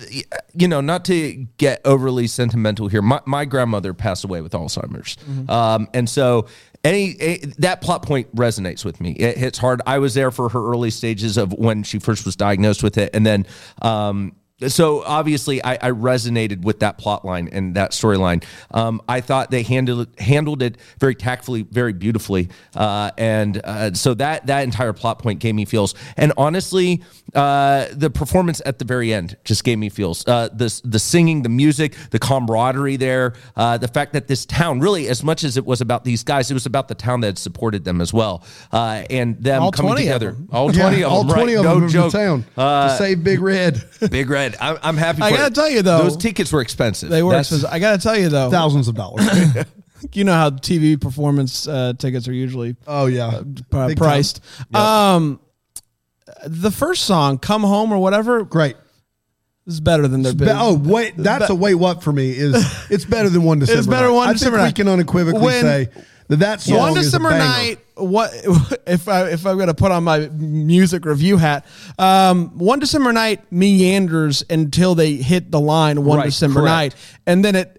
Speaker 2: you know, not to get overly sentimental here. My my grandmother passed away with Alzheimer's, um, and so any eh, that plot point resonates with me. It hits hard. I was there for her early stages of when she first was diagnosed with it, and then um, so obviously I, I resonated with that plot line and that storyline. Um, I thought they handled handled it very tactfully, very beautifully, uh, and uh, so that that entire plot point gave me feels. And honestly, uh, the performance at the very end just gave me feels. Uh, the the singing, the music, the camaraderie there, uh, the fact that this town really, as much as it was about these guys, it was about the town that had supported them as well, uh, and them
Speaker 1: All
Speaker 2: coming
Speaker 1: 20 of
Speaker 2: together.
Speaker 1: them.
Speaker 2: All twenty
Speaker 3: Yeah,
Speaker 2: of
Speaker 3: all
Speaker 2: them, right?
Speaker 3: twenty of
Speaker 2: no
Speaker 3: them
Speaker 2: joke. Uh,
Speaker 3: in town to save Big Red.
Speaker 2: Big Red. I'm, I'm happy.
Speaker 1: I
Speaker 2: for
Speaker 1: gotta
Speaker 2: it.
Speaker 1: tell you, though,
Speaker 2: those tickets were expensive.
Speaker 1: They were.
Speaker 2: That's-
Speaker 1: expensive. I gotta tell you though,
Speaker 3: Thousands of dollars.
Speaker 1: you know how TV performance uh, tickets are usually
Speaker 3: oh yeah,
Speaker 2: Uh,
Speaker 1: pri-
Speaker 3: Big time.
Speaker 1: priced. Um, the first song, "Come Home" or whatever,
Speaker 3: Great.
Speaker 1: is better than their
Speaker 3: Be-
Speaker 1: big.
Speaker 3: oh wait, that's a wait what for me. Is it's better than one December?
Speaker 1: It's better
Speaker 3: night.
Speaker 1: one
Speaker 3: I
Speaker 1: December
Speaker 3: Think
Speaker 1: night.
Speaker 3: we can unequivocally
Speaker 1: When-
Speaker 3: say that that song
Speaker 1: One
Speaker 3: is a
Speaker 1: December
Speaker 3: banger.
Speaker 1: night. What if I if I'm gonna put on my music review hat? Um, one December night meanders until they hit the line. One
Speaker 2: Right,
Speaker 1: December
Speaker 2: correct.
Speaker 1: night, and then it.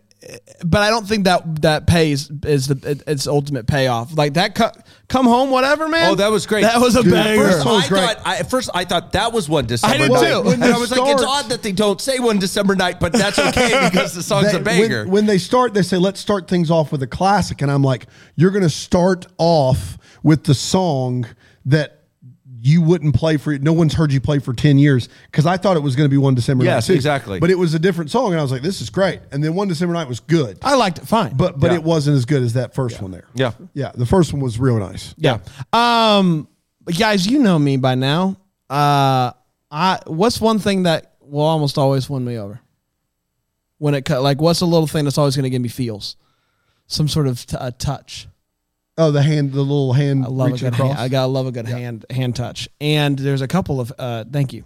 Speaker 1: But I don't think that that pays is the it, its ultimate payoff. Like that, co- come home, whatever, man.
Speaker 2: Oh, that was great.
Speaker 1: That was a
Speaker 3: Dude,
Speaker 1: banger.
Speaker 3: first song-
Speaker 2: I
Speaker 3: was great.
Speaker 2: thought I, at first I thought that was one December.
Speaker 1: I did
Speaker 2: night.
Speaker 1: too. When
Speaker 2: And
Speaker 3: the
Speaker 2: I was like, it's
Speaker 3: stars-
Speaker 2: odd that they don't say one December night, but that's okay because the song's
Speaker 3: They-
Speaker 2: oh, a banger.
Speaker 3: When, when they start, they say, let's start things off with a classic. And I'm like, you're going to start off with the song that you wouldn't play for, no one's heard you play for 10 years. Cause I thought it was going to be One December Night.
Speaker 2: Yes,
Speaker 3: too.
Speaker 2: exactly.
Speaker 3: But it was a different song. And I was like, this is great. And then One December Night was good.
Speaker 1: I liked it fine,
Speaker 3: But but
Speaker 2: Yeah.
Speaker 3: it wasn't as good as that first one there.
Speaker 2: Yeah.
Speaker 3: Yeah. The first one was real nice.
Speaker 1: Yeah. Um, but guys, you know me by now. Uh, I what's one thing that will almost always win me over? When it cut, like, what's a little thing that's always going to give me feels? Some sort of t- a touch.
Speaker 3: Oh, the hand, the little hand
Speaker 1: I love a
Speaker 3: reaching
Speaker 1: good.
Speaker 3: across.
Speaker 1: Hand, I gotta love a good hand hand touch. And there's a couple of uh, thank you.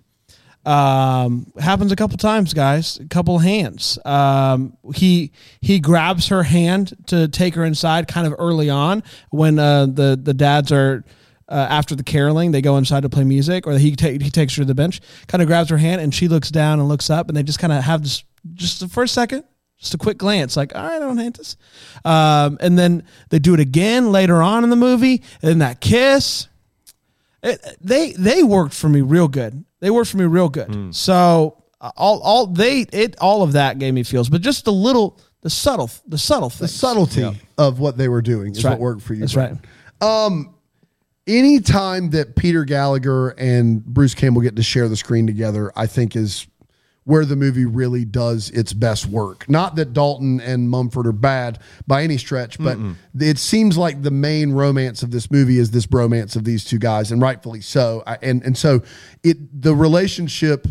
Speaker 1: Um, happens a couple times, guys. A couple hands. Um, he he grabs her hand to take her inside, kind of early on when uh, the the dads are. Uh, after the caroling, they go inside to play music, or he ta- he takes her to the bench, kind of grabs her hand, and she looks down and looks up, and they just kind of have this just for a second, just a quick glance, like, all right, I don't hate this. Um, and then they do it again later on in the movie, and then that kiss. It, they they worked for me real good. They worked for me real good.
Speaker 3: Hmm.
Speaker 1: So uh, all all they it all of that gave me feels, but just the little the subtle the subtle
Speaker 3: the
Speaker 1: things.
Speaker 3: subtlety of what they were doing is
Speaker 1: That's
Speaker 3: what worked for you.
Speaker 1: That's
Speaker 3: Brad.
Speaker 1: right.
Speaker 3: any time that Peter Gallagher and Bruce Campbell get to share the screen together, I think is where the movie really does its best work. Not that Dalton and Mumford are bad by any stretch, but it seems like the main romance of this movie is this bromance of these two guys, and rightfully so. I, and and so it the relationship.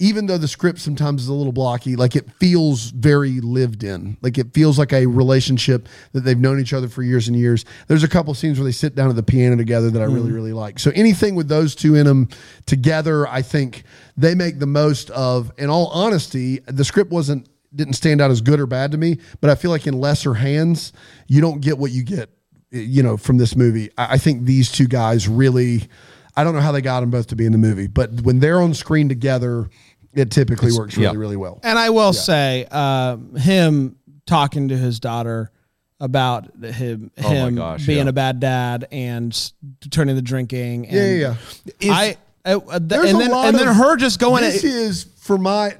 Speaker 3: Even though the script sometimes is a little blocky, like it feels very lived in. Like it feels like a relationship that they've known each other for years and years. There's a couple scenes where they sit down at the piano together that I really, really like. So anything with those two in them together, I think they make the most of. In all honesty, the script wasn't didn't stand out as good or bad to me, but I feel like in lesser hands, you don't get what you get, you know, from this movie. I, I think these two guys really. I don't know how they got them both to be in the movie, but when they're on screen together, it typically works really,
Speaker 2: yeah.
Speaker 3: really well.
Speaker 1: And I will say, um, him talking to his daughter about him
Speaker 3: Oh
Speaker 2: my
Speaker 1: him
Speaker 2: gosh,
Speaker 1: being
Speaker 2: yeah.
Speaker 1: a bad dad and s- turning the drinking. And
Speaker 3: Yeah, yeah, yeah.
Speaker 1: I. I- uh, th-
Speaker 3: There's
Speaker 1: and
Speaker 3: a
Speaker 1: then,
Speaker 3: lot
Speaker 1: and then
Speaker 3: of-
Speaker 1: her just going.
Speaker 3: This is for my,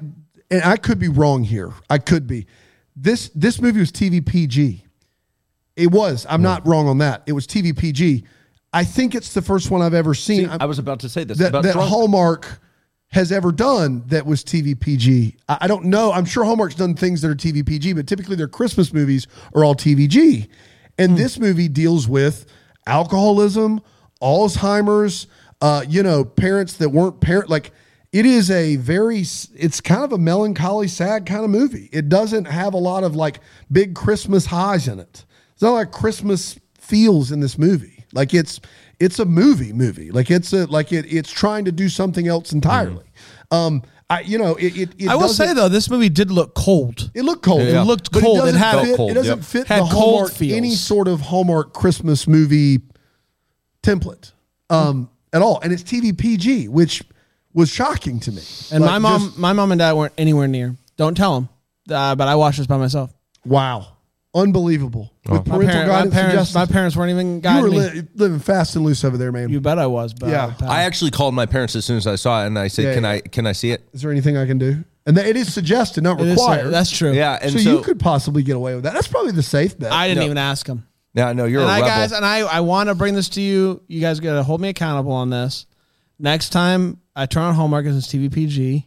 Speaker 3: and I could be wrong here. I could be. This this movie was TV PG. It was. I'm not wrong on that. It was TV PG. I think it's the first one I've ever seen
Speaker 2: I was about to say this.
Speaker 3: that
Speaker 2: about
Speaker 3: that
Speaker 2: drunk-
Speaker 3: Hallmark has ever done that was TV PG. I, I don't know. I'm sure Hallmark's done things that are TV PG, but typically their Christmas movies are all TVG. And this movie deals with alcoholism, Alzheimer's, uh, you know, parents that weren't parent like it is a very s- it's kind of a melancholy sad kind of movie. It doesn't have a lot of like big Christmas highs in it. It's not like Christmas feels in this movie. Like it's it's a movie movie. Like it's a like it it's trying to do something else entirely.
Speaker 1: Mm-hmm.
Speaker 3: Um, I you know it. it, it
Speaker 1: I will
Speaker 3: doesn't-
Speaker 1: say though, this movie did look cold.
Speaker 3: It looked cold.
Speaker 1: Yeah. It looked
Speaker 3: But
Speaker 1: cold. It
Speaker 3: It doesn't
Speaker 1: had-
Speaker 3: fit,
Speaker 1: Felt
Speaker 2: cold,
Speaker 3: it doesn't
Speaker 2: yep.
Speaker 3: fit
Speaker 1: Had
Speaker 3: the
Speaker 1: cold
Speaker 3: Hallmark
Speaker 1: feels.
Speaker 3: any sort of Hallmark Christmas movie template um, at all. And it's TV PG, which was shocking to me.
Speaker 1: And
Speaker 3: Like,
Speaker 1: my mom,
Speaker 3: just-
Speaker 1: my mom and dad weren't anywhere near. Don't tell them. Uh, but I watched this by myself.
Speaker 3: wow, Unbelievable. With
Speaker 1: My,
Speaker 3: parental
Speaker 1: parent- my
Speaker 3: guidance and
Speaker 1: parents, my
Speaker 3: justice.
Speaker 1: parents weren't even
Speaker 3: You were
Speaker 1: guiding me.
Speaker 3: li- living fast and loose over there, man.
Speaker 1: You bet I was, but
Speaker 3: Yeah.
Speaker 2: I actually called my parents as soon as I saw it, and I said,
Speaker 3: Yeah,
Speaker 2: "Can
Speaker 3: yeah.
Speaker 2: I can I see it?"
Speaker 3: is there anything I can do? And that, it is suggested, not
Speaker 1: It is-
Speaker 3: required.
Speaker 1: that's true.
Speaker 2: Yeah, and
Speaker 3: so,
Speaker 2: so,
Speaker 3: you could possibly get away with that. That's probably the safe bet.
Speaker 1: I didn't
Speaker 2: No.
Speaker 1: even ask him.
Speaker 2: Yeah, no, you're
Speaker 1: and
Speaker 2: a
Speaker 1: I
Speaker 2: rebel.
Speaker 1: guys, and I, I want to bring this to you. You guys got to hold me accountable on this. Next time I turn on homework and it's TVPG,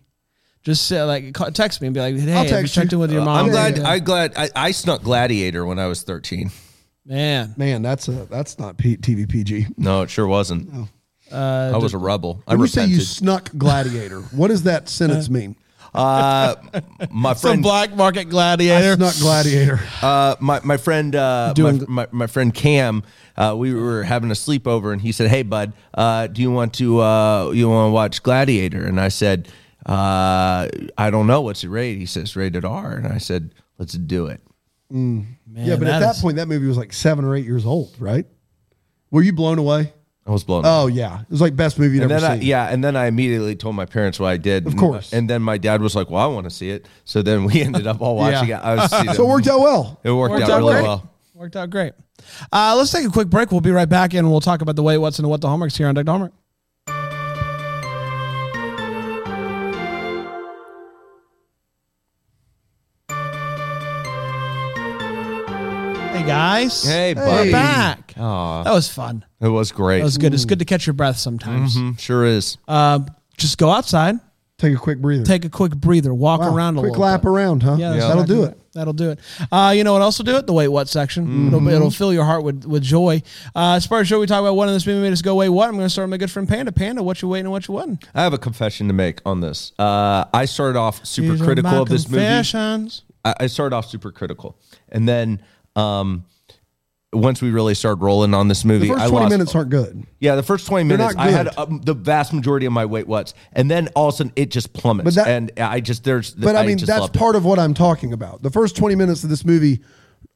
Speaker 1: just say, like call, text me and be like, "Hey, have you
Speaker 3: text you. Uh,
Speaker 1: checked in with your mom?"
Speaker 2: I'm glad.
Speaker 1: Yeah.
Speaker 2: I glad. I, I snuck Gladiator when I was 13.
Speaker 1: man.
Speaker 3: man, that's a that's not P- TVPG.
Speaker 2: No, it sure wasn't.
Speaker 1: Oh. Uh,
Speaker 2: I was a rebel. I
Speaker 3: When you say
Speaker 2: repented.
Speaker 3: you snuck Gladiator, what does that sentence mean?
Speaker 2: uh, my
Speaker 1: Some
Speaker 2: friend,
Speaker 1: black market
Speaker 3: I
Speaker 1: gladiator.
Speaker 3: snuck Gladiator.
Speaker 2: uh, my my friend, uh, my,
Speaker 1: Doing-
Speaker 2: my, my friend Cam. Uh, we were having a sleepover, and he said, "Hey, bud, uh, do you want to uh, you want to watch Gladiator?" And I said, uh, "I don't know what's it rated." He says, "Rated R," and I said, "Let's do it."
Speaker 1: Man,
Speaker 3: yeah, but at that
Speaker 1: is-
Speaker 3: point, that movie was like seven or eight years old, right? Were you blown away?
Speaker 2: I was blown. away.
Speaker 3: Oh yeah, it was like best movie you'd
Speaker 2: And
Speaker 3: ever
Speaker 2: then I,
Speaker 3: seen.
Speaker 2: yeah, and then I immediately told my parents what I did. Of
Speaker 3: course.
Speaker 2: And then my dad was like, "Well, I want to see it." So then we ended up all watching
Speaker 3: Yeah.
Speaker 2: it. I was,
Speaker 3: So it worked out well.
Speaker 2: It worked,
Speaker 1: Worked
Speaker 2: out,
Speaker 1: out
Speaker 2: really
Speaker 1: great.
Speaker 2: well.
Speaker 1: worked out great. Uh, let's take a quick break. We'll be right back, and we'll talk about the way what's and what the homeworks here on Doug Homework. Hey guys.
Speaker 2: Hey,
Speaker 1: We're
Speaker 2: buddy.
Speaker 1: back.
Speaker 2: Aw,
Speaker 1: That was fun.
Speaker 2: it was great.
Speaker 1: That was good. It's good to catch your breath sometimes.
Speaker 2: Mhm, sure is.
Speaker 1: Um, just go outside,
Speaker 3: Take a quick breather.
Speaker 1: take a quick breather, walk
Speaker 3: Wow,
Speaker 1: around a
Speaker 3: quick
Speaker 1: little
Speaker 3: lap
Speaker 1: bit.
Speaker 3: around, huh?
Speaker 1: Yeah, that's
Speaker 3: that'll
Speaker 1: exactly
Speaker 3: do
Speaker 1: right.
Speaker 3: it.
Speaker 1: That'll do it. Uh, you know what else will do it? The wait what section. It'll, it'll fill your heart with, with joy. Uh, as far as show, we talk about what in this movie made us go wait what. I'm going to start with my good friend Panda. Panda, what you waiting and what you wasn't.
Speaker 2: I have a confession to make on this. Uh, I started off super critical of this movie. I, I started off super critical, and then um, once we really started rolling on this movie,
Speaker 3: The first
Speaker 2: I
Speaker 3: twenty
Speaker 2: lost-
Speaker 3: minutes aren't good,
Speaker 2: Yeah, the first twenty
Speaker 3: They're
Speaker 2: minutes,
Speaker 3: not
Speaker 2: I had
Speaker 3: good.
Speaker 2: um, the vast majority of my weight whats, and then all of a sudden it just plummets,
Speaker 3: But that-
Speaker 2: and I just there's.
Speaker 3: but I mean
Speaker 2: just
Speaker 3: that's
Speaker 2: loved it.
Speaker 3: part of what I'm talking about. The first twenty minutes of this movie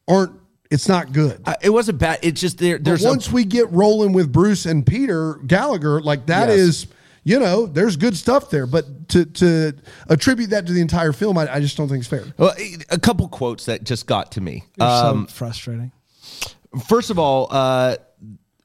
Speaker 3: aren't. It's not good.
Speaker 2: I- it wasn't bad. It's just there.
Speaker 3: But
Speaker 2: There's a-
Speaker 3: once we get rolling with Bruce and Peter Gallagher, like that
Speaker 2: Yes.
Speaker 3: is, you know, there's good stuff there. But to to attribute that to the entire film, I, I just don't think it's fair.
Speaker 2: well, a couple quotes that just got to me. Um,
Speaker 1: so frustrating.
Speaker 2: first of all, uh,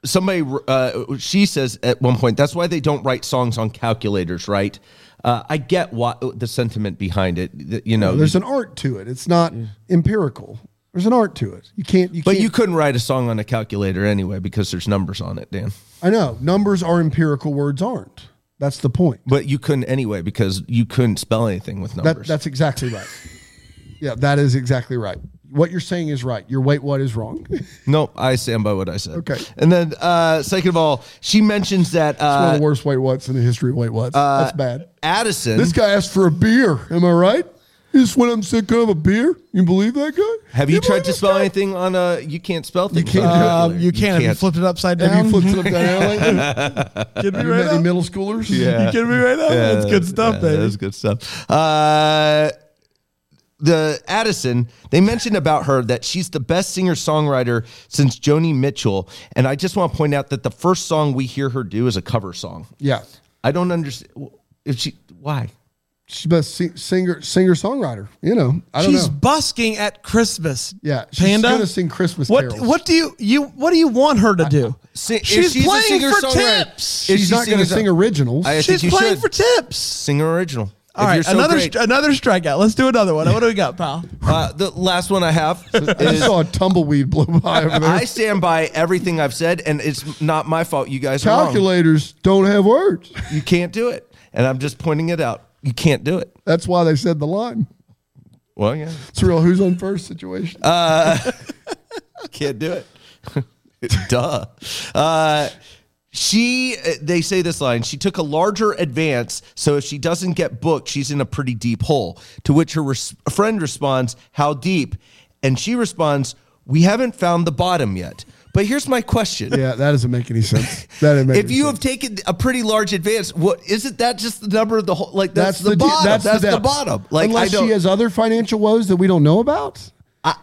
Speaker 2: somebody uh, she says at one point that's why they don't write songs on calculators, right? Uh, I get what the sentiment behind it. that, You know,
Speaker 3: There's an art to it. It's not empirical. There's an art to it. You can't. You
Speaker 2: but
Speaker 3: can't,
Speaker 2: you couldn't write a song on a calculator anyway because there's numbers on it, Dan.
Speaker 3: I know numbers are empirical. Words aren't. That's the point.
Speaker 2: But you couldn't anyway because you couldn't spell anything with
Speaker 3: That,
Speaker 2: numbers.
Speaker 3: that's exactly right. Yeah, that is exactly right. What you're saying is right. Your wait, what is wrong?
Speaker 2: no, I stand by what I said.
Speaker 3: Okay.
Speaker 2: And then uh, second of all, she mentions that
Speaker 3: One of
Speaker 2: uh,
Speaker 3: the worst wait, what's in the history of wait, what's. That's bad.
Speaker 2: Addison.
Speaker 3: This guy asked for a beer. Am I right? He just went up and said, "Can I have a beer?" You believe that guy?
Speaker 2: have you,
Speaker 3: believe
Speaker 2: tried to
Speaker 3: this
Speaker 2: spell
Speaker 3: guy?
Speaker 2: anything on a? You can't spell things.
Speaker 3: can't
Speaker 2: on a
Speaker 3: do it.
Speaker 1: Um,
Speaker 2: calculator.
Speaker 1: you can if you flipped it upside down.
Speaker 3: Have you flipped it up down alley?
Speaker 1: Kid me
Speaker 3: You met
Speaker 1: right
Speaker 3: any
Speaker 1: up.
Speaker 3: middle schoolers?
Speaker 2: Yeah.
Speaker 1: You kidding me right now? That's good stuff,
Speaker 2: Uh, yeah,
Speaker 1: baby.
Speaker 2: That's good stuff. Uh, the Addison, they mentioned about her that she's the best singer songwriter since Joni Mitchell. And I just want to point out that the first song we hear her do is a cover song.
Speaker 3: yeah.
Speaker 2: I don't understand if she why.
Speaker 3: She's the best si- singer, singer songwriter. You know, I don't
Speaker 1: She's
Speaker 3: know.
Speaker 1: busking at Christmas.
Speaker 3: Yeah, she's
Speaker 1: Panda.
Speaker 3: gonna sing Christmas
Speaker 1: What
Speaker 3: carols.
Speaker 1: what do you you what do you want her to do?
Speaker 2: Si- if
Speaker 1: she's,
Speaker 2: she's a
Speaker 1: playing
Speaker 2: singer,
Speaker 1: for
Speaker 2: songwriter-
Speaker 1: tips.
Speaker 2: if
Speaker 3: She's
Speaker 2: she
Speaker 3: not going to
Speaker 2: sings- uh,
Speaker 3: sing originals.
Speaker 2: I think
Speaker 1: she's
Speaker 2: you
Speaker 1: playing
Speaker 2: should.
Speaker 1: for tips.
Speaker 2: Sing original.
Speaker 1: All
Speaker 2: If
Speaker 1: right,
Speaker 2: you're so
Speaker 1: another
Speaker 2: great.
Speaker 1: stri- another strikeout. Let's do another one. What do we got, pal?
Speaker 2: uh, the last one I have
Speaker 3: I just
Speaker 2: is
Speaker 3: saw a tumbleweed blow by over there.
Speaker 2: I stand by everything I've said, and it's not my fault. You guys are wrong.
Speaker 3: Calculators don't have words.
Speaker 2: You can't do it. And I'm just pointing it out. You can't do it.
Speaker 3: That's why they said the line.
Speaker 2: Well, yeah.
Speaker 3: It's a real who's on first situation.
Speaker 2: Can't do it. Duh. Uh, she, uh, they say this line, she took a larger advance. So if she doesn't get booked, she's in a pretty deep hole. To which her res- friend responds, How deep? And she responds, We haven't found the bottom yet. But here's my question.
Speaker 3: yeah, that doesn't make any sense. That didn't make
Speaker 2: If
Speaker 3: any
Speaker 2: you
Speaker 3: sense.
Speaker 2: have taken a pretty large advance, what isn't that just the number of the whole? Like that's, the,
Speaker 3: de-
Speaker 2: bottom. That's, the,
Speaker 3: depth.
Speaker 2: bottom. Like
Speaker 3: unless
Speaker 2: I don't,
Speaker 3: she has other financial woes that we don't know about,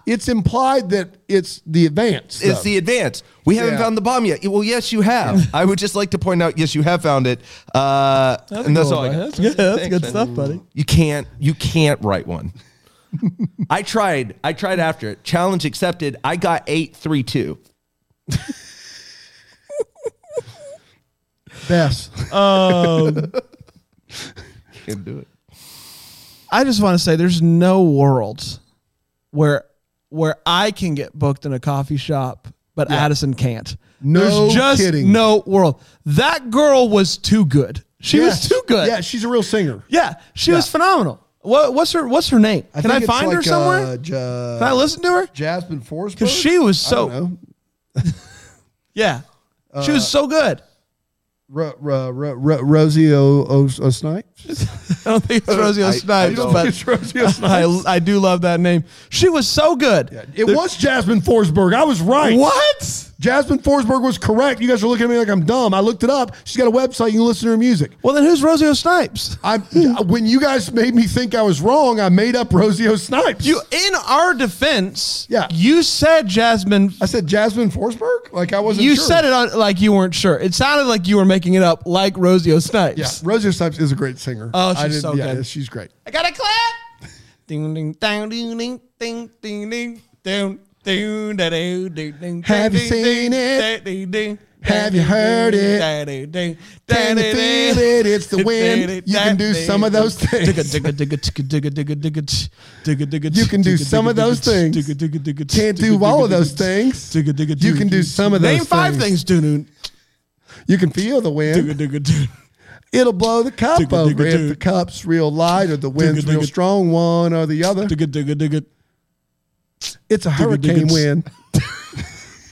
Speaker 3: it's implied that it's the advance.
Speaker 2: It's
Speaker 3: though.
Speaker 2: the advance. We haven't
Speaker 3: Yeah.
Speaker 2: found the bomb yet. Well, yes, you have. I would just like to point out, yes, you have found it. Uh, and that's all. I got.
Speaker 1: That's good, that's good stuff, buddy.
Speaker 2: You can't. You can't write one. I tried. I tried after it. Challenge accepted. I got eight three two.
Speaker 4: Best.
Speaker 2: Can't do it.
Speaker 1: I just want to say there's no worlds where where I can get booked in a coffee shop, but Addison can't.
Speaker 4: No
Speaker 1: there's just
Speaker 4: kidding.
Speaker 1: no world. That girl was too good. She was
Speaker 4: Yes.
Speaker 1: too good.
Speaker 4: Yeah, she's a real singer.
Speaker 1: Yeah, she was phenomenal. What, what's her What's her name? Can I
Speaker 4: think it's
Speaker 1: find her
Speaker 4: like,
Speaker 1: somewhere?
Speaker 4: Uh, Ja-
Speaker 1: Can I listen to her?
Speaker 4: Jasmine Forsberg.
Speaker 1: Because she was
Speaker 4: I don't
Speaker 1: so
Speaker 4: know. Uh,
Speaker 1: yeah, she was so good.
Speaker 4: Ro- ro- ro- ro- Rosie O- O- O'Snipes.
Speaker 1: I don't think it's Rosie Snipes,
Speaker 2: don't
Speaker 1: but
Speaker 3: It's Rosie O'Snipes.
Speaker 1: I, I do love that name. She was so good.
Speaker 3: It was Jasmine Forsberg. I was right.
Speaker 1: What?
Speaker 3: Jasmine Forsberg was correct. You guys are looking at me like I'm dumb. I looked it up. She's got a website. You can listen to her music.
Speaker 1: Well, then who's Rosie Snipes?
Speaker 3: I when you guys made me think I was wrong, I made up Rosie O'Snipes.
Speaker 1: You, in our defense,
Speaker 3: Yeah.
Speaker 1: you said Jasmine.
Speaker 3: I said Jasmine Forsberg. Like I wasn't.
Speaker 1: You
Speaker 3: sure.
Speaker 1: said it on, like you weren't sure. It sounded like you were making it up, like Rosie O'Snipes.
Speaker 3: Yeah, Rosie O'Snipes is a great singer.
Speaker 1: Oh,
Speaker 3: I
Speaker 1: she's
Speaker 3: did-
Speaker 1: so
Speaker 3: yeah,
Speaker 1: good.
Speaker 3: She's great.
Speaker 1: I got a clap. ding ding dang ding ding ding ding ding ding. ding, da, do, do, ding,
Speaker 3: Have
Speaker 1: ding,
Speaker 3: you
Speaker 1: ding,
Speaker 3: seen
Speaker 1: ding,
Speaker 3: it?
Speaker 1: da, ding, ding,
Speaker 3: Have
Speaker 1: da,
Speaker 3: you
Speaker 1: ding,
Speaker 3: heard
Speaker 1: ding,
Speaker 3: it?
Speaker 1: da, do, ding, da,
Speaker 3: Can you
Speaker 1: do, ding.
Speaker 3: feel it? It's the wind. You can do some of those things.
Speaker 1: You
Speaker 3: You can do some of those things. Can't do all of those things.
Speaker 1: You
Speaker 3: You can do some of those
Speaker 1: Name five things. Doo-doo.
Speaker 3: You can feel the wind.
Speaker 1: Doo-doo-doo-doo.
Speaker 3: It'll blow the cup
Speaker 1: Digga,
Speaker 3: over
Speaker 1: digga,
Speaker 3: if the
Speaker 1: digga.
Speaker 3: cup's real light or the wind's
Speaker 1: Digga,
Speaker 3: real
Speaker 1: digga.
Speaker 3: strong, one or the other.
Speaker 1: Doo-doo-doo-doo.
Speaker 3: It's a
Speaker 1: digga,
Speaker 3: hurricane
Speaker 1: digga.
Speaker 3: wind.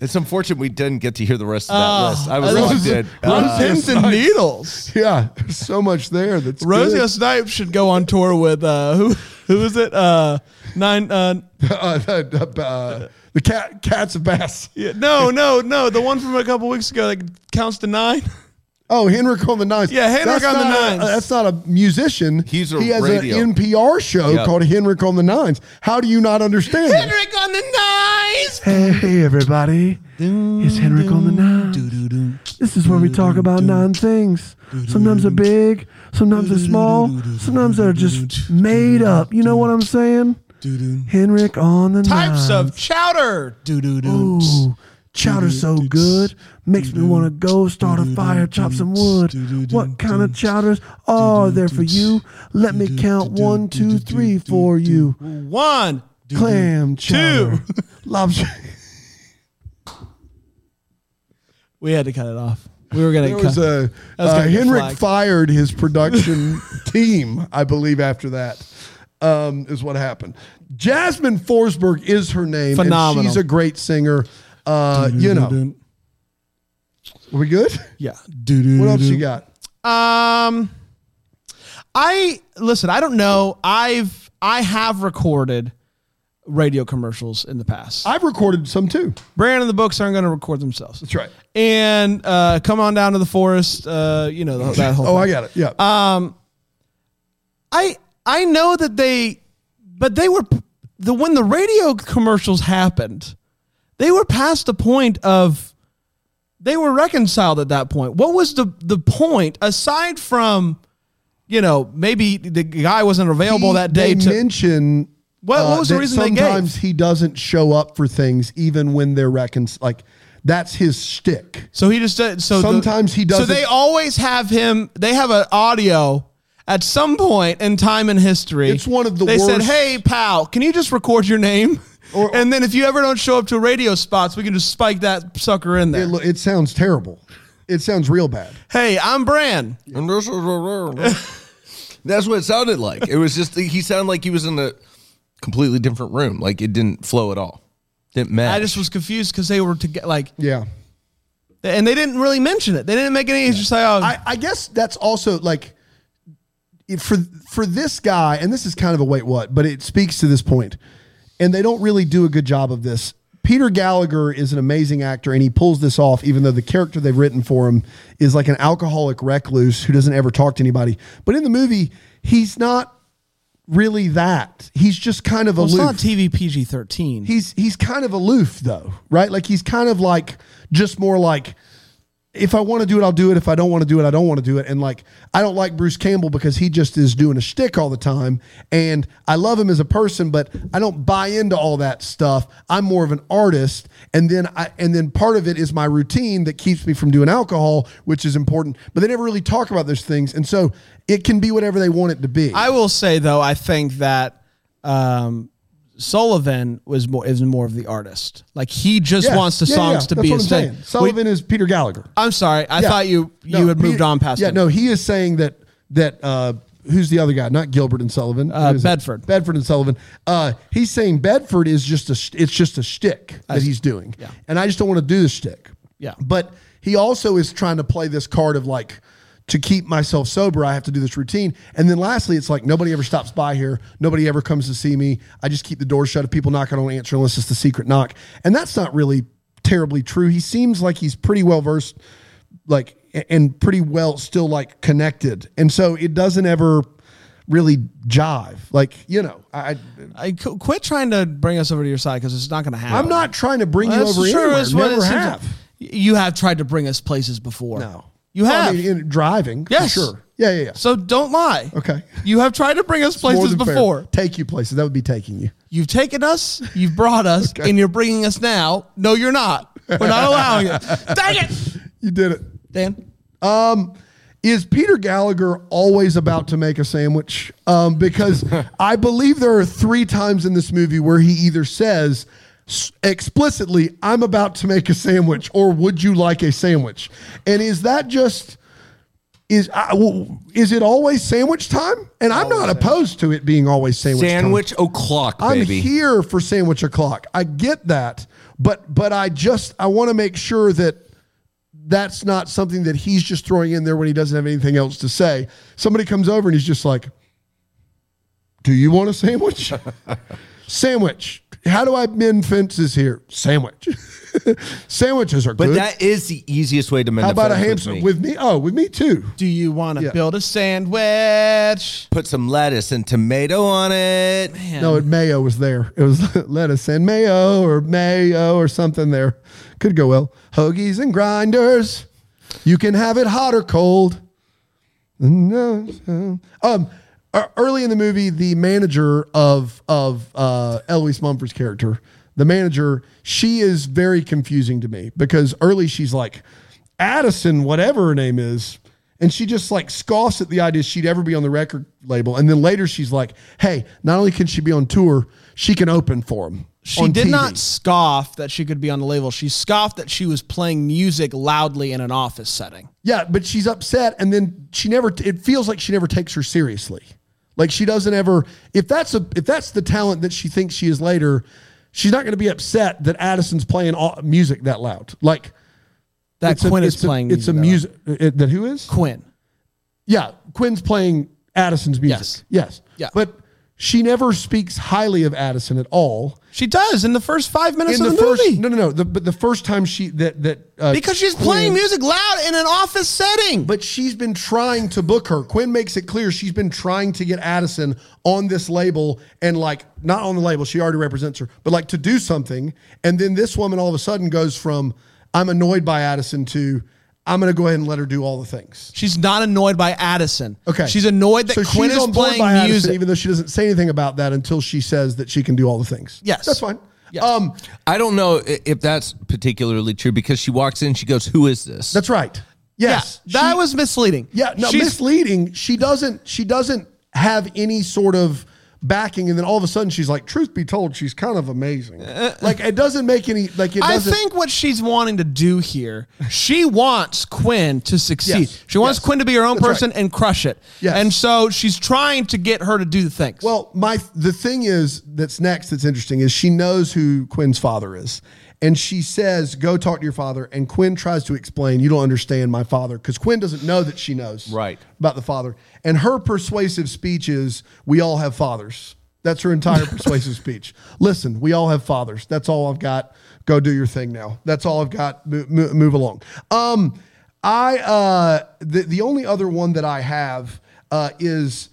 Speaker 2: It's unfortunate we didn't get to hear the rest of that
Speaker 1: Oh,
Speaker 2: list. I
Speaker 3: Uh,
Speaker 2: was
Speaker 1: I
Speaker 2: locked
Speaker 1: love-
Speaker 2: in.
Speaker 1: Run
Speaker 2: Uh,
Speaker 1: pins and needles.
Speaker 3: Yeah, there's so much there that's
Speaker 1: Rosie
Speaker 3: good.
Speaker 1: Snipes should go on tour with uh, who? Who is it? Uh, nine. Uh,
Speaker 3: Uh, the the, uh, the cat, cats of bass.
Speaker 1: yeah, no, no, no. The one from a couple weeks ago that counts to nine.
Speaker 3: Oh, Henrik on the Nines.
Speaker 1: Yeah, Henrik
Speaker 3: That's
Speaker 1: on the
Speaker 3: not a- uh,
Speaker 1: Nines.
Speaker 3: that's not a musician.
Speaker 2: He's a
Speaker 3: he has
Speaker 2: radio.
Speaker 3: an NPR show
Speaker 2: Yep.
Speaker 3: called Henrik on the Nines. How do you not understand? that?
Speaker 1: Henrik on the nines.
Speaker 6: Hey everybody, it's Henrik on the nine. This is where we talk about nine things. Sometimes they're big, sometimes they're small, sometimes they're just made up. You know what I'm saying? Henrik on the nine.
Speaker 1: Types of chowder. Doo doo doo.
Speaker 6: Ooh, chowder's so good, makes me want to go start a fire, chop some wood. What kind of chowders are there for you? Let me count one, two, three for you.
Speaker 1: One.
Speaker 6: Clam chowder, lobster.
Speaker 1: We had to cut it off. We were gonna
Speaker 3: There
Speaker 1: cut.
Speaker 3: was a
Speaker 1: That's
Speaker 3: uh,
Speaker 1: gonna be a
Speaker 3: Henrik
Speaker 1: flag.
Speaker 3: fired his production team, I believe. After that, um, is what happened. Jasmine Forsberg is her name.
Speaker 1: Phenomenal.
Speaker 3: And she's a great singer. Uh, you know, are we good?
Speaker 1: Yeah. Doo doo.
Speaker 3: What else you got?
Speaker 1: Um, I listen. I don't know. I've I have recorded radio commercials in the past.
Speaker 3: I've recorded some too.
Speaker 1: Brandon and the books aren't going to record themselves.
Speaker 3: That's right.
Speaker 1: And uh, come on down to the forest. Uh, you know the, that whole.
Speaker 3: Oh, I
Speaker 1: thing.
Speaker 3: got it. Yeah.
Speaker 1: I I know that they, but they were the when the radio commercials happened, they were past the point of they were reconciled at that point. What was the the point aside from you know maybe the guy wasn't available
Speaker 3: He-
Speaker 1: that day
Speaker 3: They
Speaker 1: to
Speaker 3: mention uh,
Speaker 1: What- what was the
Speaker 3: that
Speaker 1: reason they gave?
Speaker 3: Sometimes he doesn't show up for things, even when they're recon. Like that's his shtick.
Speaker 1: so he just did- so the-
Speaker 3: Sometimes he
Speaker 1: So
Speaker 3: doesn't-
Speaker 1: they always have him. They have an audio. At some point in time in history,
Speaker 3: It's one of the
Speaker 1: They said,
Speaker 3: worst-
Speaker 1: "Hey, pal, can you just record your name?"
Speaker 3: Or-
Speaker 1: and then if you ever don't show up to radio spots, we can just spike that sucker in there.
Speaker 3: It, lo- it sounds terrible. It sounds real bad.
Speaker 1: hey, I'm Bran.
Speaker 2: and this is- That's what it sounded like. It was just he sounded like he was in a completely different room. Like it didn't flow at all. Didn't match.
Speaker 1: I just was confused because they were to get like,
Speaker 3: Yeah.
Speaker 1: and they didn't really mention it. They didn't make any. It's just like, oh,
Speaker 3: I, I guess that's also like if for for this guy, and this is kind of a wait what, but it speaks to this point, and they don't really do a good job of this. Peter Gallagher is an amazing actor, and he pulls this off, even though the character they've written for him is like an alcoholic recluse who doesn't ever talk to anybody. But in the movie, he's not really that. He's just kind of
Speaker 1: well, it's
Speaker 3: aloof
Speaker 1: not TV PG thirteen.
Speaker 3: he's he's kind of aloof though, right? Like he's kind of like just more like if I want to do it, I'll do it. If I don't want to do it, I don't want to do it. And like, I don't like Bruce Campbell because he just is doing a shtick all the time. And I love him as a person, but I don't buy into all that stuff. I'm more of an artist. And then I, and then part of it is my routine that keeps me from doing alcohol, which is important. But they never really talk about those things. And so it can be whatever they want it to be.
Speaker 1: I will say though, I think that um, Sullivan was more is more of the artist. Like he just
Speaker 3: Yeah.
Speaker 1: wants the
Speaker 3: Yeah,
Speaker 1: songs
Speaker 3: yeah.
Speaker 1: to
Speaker 3: That's
Speaker 1: be
Speaker 3: what
Speaker 1: his
Speaker 3: I'm
Speaker 1: thing.
Speaker 3: saying. Sullivan is Peter Gallagher.
Speaker 1: I'm sorry, I
Speaker 3: Yeah.
Speaker 1: thought you you
Speaker 3: No,
Speaker 1: had moved
Speaker 3: he-
Speaker 1: on past.
Speaker 3: Yeah,
Speaker 1: him.
Speaker 3: no, he is saying that that uh, who's the other guy? Not Gilbert and Sullivan.
Speaker 1: Uh,
Speaker 3: Who is it?
Speaker 1: Bedford.
Speaker 3: Bedford and Sullivan. Uh, he's saying Bedford is just a sh- it's just a shtick that he's doing.
Speaker 1: Yeah.
Speaker 3: and I just don't want to do the shtick.
Speaker 1: Yeah.
Speaker 3: but he also is trying to play this card of like. To keep myself sober, I have to do this routine. And then lastly, it's like nobody ever stops by here. Nobody ever comes to see me. I just keep the door shut. If people knock, I don't answer unless it's the secret knock. And that's not really terribly true. He seems like he's pretty well versed like a- and pretty well still like connected and so it doesn't ever really jive like you know i I-
Speaker 1: I qu- quit trying to bring us over to your side because it's not going to happen.
Speaker 3: i'm not trying to bring
Speaker 1: Well,
Speaker 3: you
Speaker 1: that's
Speaker 3: over
Speaker 1: sure
Speaker 3: anywhere.
Speaker 1: is what it
Speaker 3: Never
Speaker 1: seems like.
Speaker 3: have
Speaker 1: Y- You have tried to bring us places before.
Speaker 3: no
Speaker 1: you
Speaker 3: Well, I
Speaker 1: have.
Speaker 3: mean, in driving for
Speaker 1: Yes.
Speaker 3: sure yeah yeah yeah
Speaker 1: so don't lie.
Speaker 3: Okay.
Speaker 1: You have tried to bring us
Speaker 3: More
Speaker 1: places
Speaker 3: than fair.
Speaker 1: before.
Speaker 3: take you places that would be taking you
Speaker 1: You've taken us, you've brought us, and you're bringing us now. No, you're not. We're not allowing it. Dang it,
Speaker 3: you did it
Speaker 1: Dan.
Speaker 3: is Peter Gallagher always about to make a sandwich? Um, because I believe there are three times in this movie where he either says s- explicitly, I'm about to make a sandwich, or would you like a sandwich? And is that just. Is I, w- is it always sandwich time? And I'm not opposed to it being always sandwich. time.
Speaker 2: Sandwich o'clock,
Speaker 3: I'm
Speaker 2: baby.
Speaker 3: here for sandwich o'clock. I get that, but but I just I want to make sure that that's not something that he's just throwing in there when he doesn't have anything else to say. Somebody comes over and he's just like, "Do you want a sandwich? sandwich. How do I mend fences here? Sandwich. Sandwiches are
Speaker 2: But
Speaker 3: good.
Speaker 2: that is the easiest way to mend
Speaker 3: How about a ham
Speaker 2: fence
Speaker 3: sandwich with me? Oh, with me too.
Speaker 1: Do you want to build a sandwich?
Speaker 2: Put some lettuce and tomato on it.
Speaker 3: No, it, mayo was there. It was lettuce and mayo or mayo or something there. Could go well. Hoagies and grinders. You can have it hot or cold. No. so- Um, e- early in the movie, the manager of of uh, Eloise Mumford's character, the manager, she is very confusing to me because early she's like Addison, whatever her name is, and she just like scoffs at the idea she'd ever be on the record label. And then later she's like, "Hey, not only can she be on tour, she can open for him."
Speaker 1: She did not scoff that she could be on the label. She scoffed that she was playing music loudly in an office setting.
Speaker 3: Yeah, but she's upset, and then she never. It feels like she never takes her seriously. Like she doesn't ever. If that's a if that's the talent that she thinks she is later, she's not going to be upset that Addison's playing all, music that loud. Like
Speaker 1: That
Speaker 3: a-
Speaker 1: Quinn is
Speaker 3: a-
Speaker 1: playing.
Speaker 3: It's a
Speaker 1: that
Speaker 3: music uh, that who is?
Speaker 1: loud. Quinn.
Speaker 3: Yeah, Quinn's playing Addison's music.
Speaker 1: Yes.
Speaker 3: Yes.
Speaker 1: Yeah.
Speaker 3: But she never speaks highly of Addison at all.
Speaker 1: She does in the first five minutes of the,
Speaker 3: first,
Speaker 1: movie
Speaker 3: no, no, no. The, but the first time she that that uh,
Speaker 1: because she's playing
Speaker 3: Quinn-
Speaker 1: music loud in an office setting.
Speaker 3: But she's been trying to book her. Quinn makes it clear she's been trying to get Addison on this label and like not on the label, she already represents her, but like to do something. And then this woman all of a sudden goes from I'm annoyed by Addison to I'm going to go ahead and let her do all the things.
Speaker 1: she's not annoyed by Addison.
Speaker 3: Okay.
Speaker 1: She's annoyed that
Speaker 3: So
Speaker 1: Quinn
Speaker 3: she's
Speaker 1: is
Speaker 3: on board
Speaker 1: playing
Speaker 3: by
Speaker 1: music.
Speaker 3: Addison, even though she doesn't say anything about that until she says that she can do all the things.
Speaker 1: Yes.
Speaker 3: That's fine.
Speaker 1: Yes.
Speaker 3: Um,
Speaker 2: I don't know i- if that's particularly true because she walks in, she goes, "Who is this?"
Speaker 3: that's right. Yes.
Speaker 1: yeah, that
Speaker 3: She-
Speaker 1: was misleading.
Speaker 3: Yeah, no,
Speaker 1: She's-
Speaker 3: misleading. She doesn't. She doesn't have any sort of backing, and then all of a sudden she's like, "Truth be told, she's kind of amazing." like it doesn't make any. Like it
Speaker 1: Uh, I
Speaker 3: doesn't.
Speaker 1: think what she's wanting to do here, she wants Quinn to succeed.
Speaker 3: Yes,
Speaker 1: She wants
Speaker 3: yes.
Speaker 1: Quinn to be her own
Speaker 3: That's right.
Speaker 1: person and crush it.
Speaker 3: Yes.
Speaker 1: And so she's trying to get her to do the things.
Speaker 3: Well, my the thing is that's next that's interesting is she knows who Quinn's father is. And she says, "Go talk to your father." And Quinn tries to explain, "You don't understand my father," because Quinn doesn't know that she knows
Speaker 2: Right.
Speaker 3: about the father. And her persuasive speech is, "We all have fathers." That's her entire persuasive speech. Listen, we all have fathers. That's all I've got. Go do your thing now. That's all I've got. Mo- mo- move along. Um, I uh, the the only other one that I have uh, is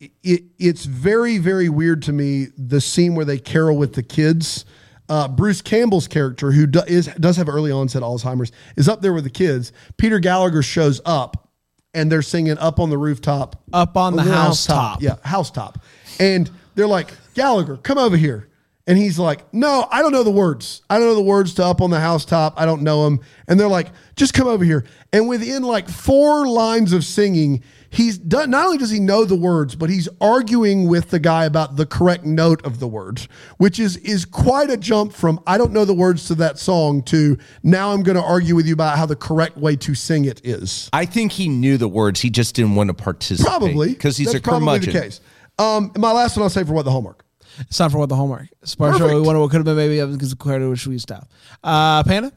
Speaker 3: it, it's very very weird to me the scene where they carol with the kids Uh, Bruce Campbell's character, who do, is, does have early onset Alzheimer's, is up there with the kids. Peter Gallagher shows up and they're singing Up on the Rooftop.
Speaker 1: Up on the housetop.
Speaker 3: Yeah, housetop. And they're like, Gallagher, come over here. And he's like, No, I don't know the words. I don't know the words to Up on the Housetop. I don't know them. And they're like, Just come over here. And within like four lines of singing, he's done. Not only does he know the words, but he's arguing with the guy about the correct note of the words, which is is quite a jump from I don't know the words to that song to now I'm going to argue with you about how the correct way to sing it is.
Speaker 2: I think he knew the words. He just didn't want to participate.
Speaker 3: Probably
Speaker 2: because he's
Speaker 3: That's
Speaker 2: a
Speaker 3: Probably
Speaker 2: curmudgeon.
Speaker 3: the case. Um, my last one I'll say for what the homework.
Speaker 1: It's time for what the homework. Sparkle, we
Speaker 3: Perfect.
Speaker 1: wonder what could have been maybe because the credit was sweet stuff. Uh, Panda?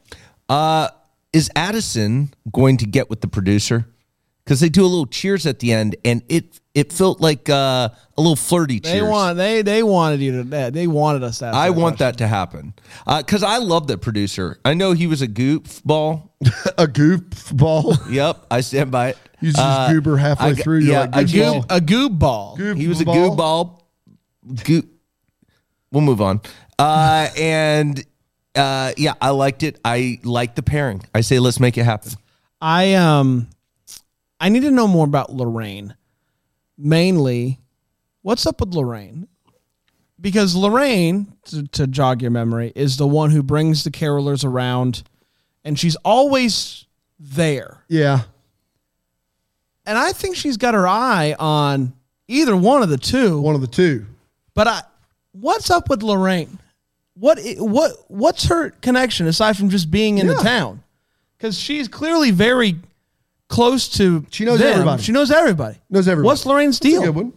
Speaker 2: Uh, is Addison going to get with the producer? Because they do a little cheers at the end, and it it felt like uh, a little flirty
Speaker 1: They
Speaker 2: cheers.
Speaker 1: want they they wanted you to that. They wanted us that.
Speaker 2: I want that to happen because I love that producer. I know he was a goofball.
Speaker 3: A goofball.
Speaker 2: Yep, I stand by it.
Speaker 3: You just
Speaker 2: Uh,
Speaker 3: goober halfway
Speaker 2: I g-
Speaker 3: through. You're like,
Speaker 2: yeah, I
Speaker 3: goofball.
Speaker 2: goob-
Speaker 1: a goob ball.
Speaker 2: He was a goofball. Goo- we'll move on. Uh, and uh, yeah, I liked it. I liked the pairing. I say let's make it happen.
Speaker 1: I um I need to know more about Lorraine. Mainly, what's up with Lorraine? Because Lorraine, to, to jog your memory, is the one who brings the carolers around, and she's always there.
Speaker 3: Yeah.
Speaker 1: And I think she's got her eye on either one of the two.
Speaker 3: One of the two.
Speaker 1: But I, what's up with Lorraine? What i- what what's her connection aside from just being in the town? Because she's clearly very close to.
Speaker 3: She knows
Speaker 1: them.
Speaker 3: everybody.
Speaker 1: She knows everybody.
Speaker 3: Knows everybody.
Speaker 1: What's Lorraine's
Speaker 3: That's a
Speaker 1: deal?
Speaker 3: good one.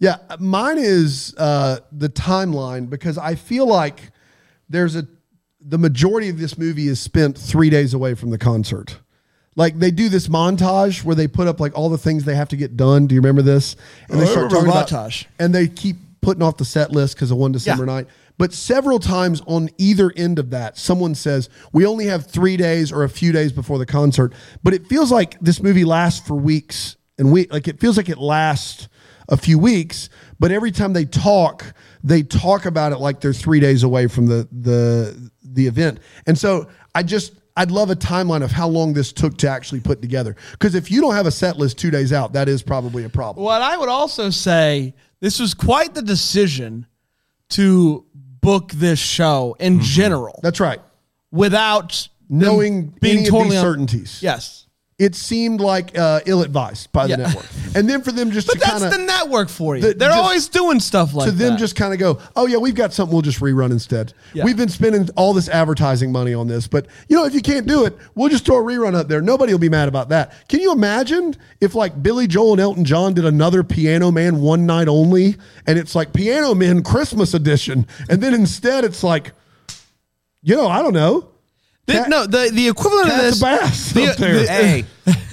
Speaker 3: Yeah, mine is uh, the timeline because I feel like there's a the majority of this movie is spent three days away from the concert. Like they do this montage where they put up like all the things they have to get done. Do you remember this? And they
Speaker 1: Oh, I remember montage.
Speaker 3: and they keep putting off the set list because of one December
Speaker 1: Yeah.
Speaker 3: night. But several times on either end of that, someone says, We only have three days or a few days before the concert. But it feels like this movie lasts for weeks and we like it feels like it lasts a few weeks, but every time they talk, they talk about it like they're three days away from the the the event. And so I just I'd love a timeline of how long this took to actually put together. Because if you don't have a set list two days out, that is probably a problem.
Speaker 1: What I would also say, this was quite the decision to book this show in general
Speaker 3: Mm-hmm. That's right.
Speaker 1: without them
Speaker 3: Knowing any of these
Speaker 1: un-
Speaker 3: certainties.
Speaker 1: yes,
Speaker 3: it seemed like uh, ill-advised by
Speaker 1: Yeah.
Speaker 3: the network. And then for them just
Speaker 1: but
Speaker 3: to
Speaker 1: that's
Speaker 3: kind of
Speaker 1: the network for you.
Speaker 3: the-
Speaker 1: They're
Speaker 3: just-
Speaker 1: always doing stuff like
Speaker 3: to them
Speaker 1: that.
Speaker 3: just kind of go, oh yeah, we've got something we'll just rerun instead.
Speaker 1: Yeah.
Speaker 3: We've been spending all this advertising money on this, but you know if you can't do it, we'll just throw a rerun up there. Nobody will be mad about that. Can you imagine if like Billy Joel and Elton John did another Piano Man one night only, and it's like Piano Man Christmas edition, and then instead it's like, you know, I don't know.
Speaker 1: They-
Speaker 3: Cat-
Speaker 1: no the the equivalent of
Speaker 3: Cat's
Speaker 1: this
Speaker 3: a bass
Speaker 1: the-
Speaker 3: up there.
Speaker 1: the-
Speaker 2: Hey,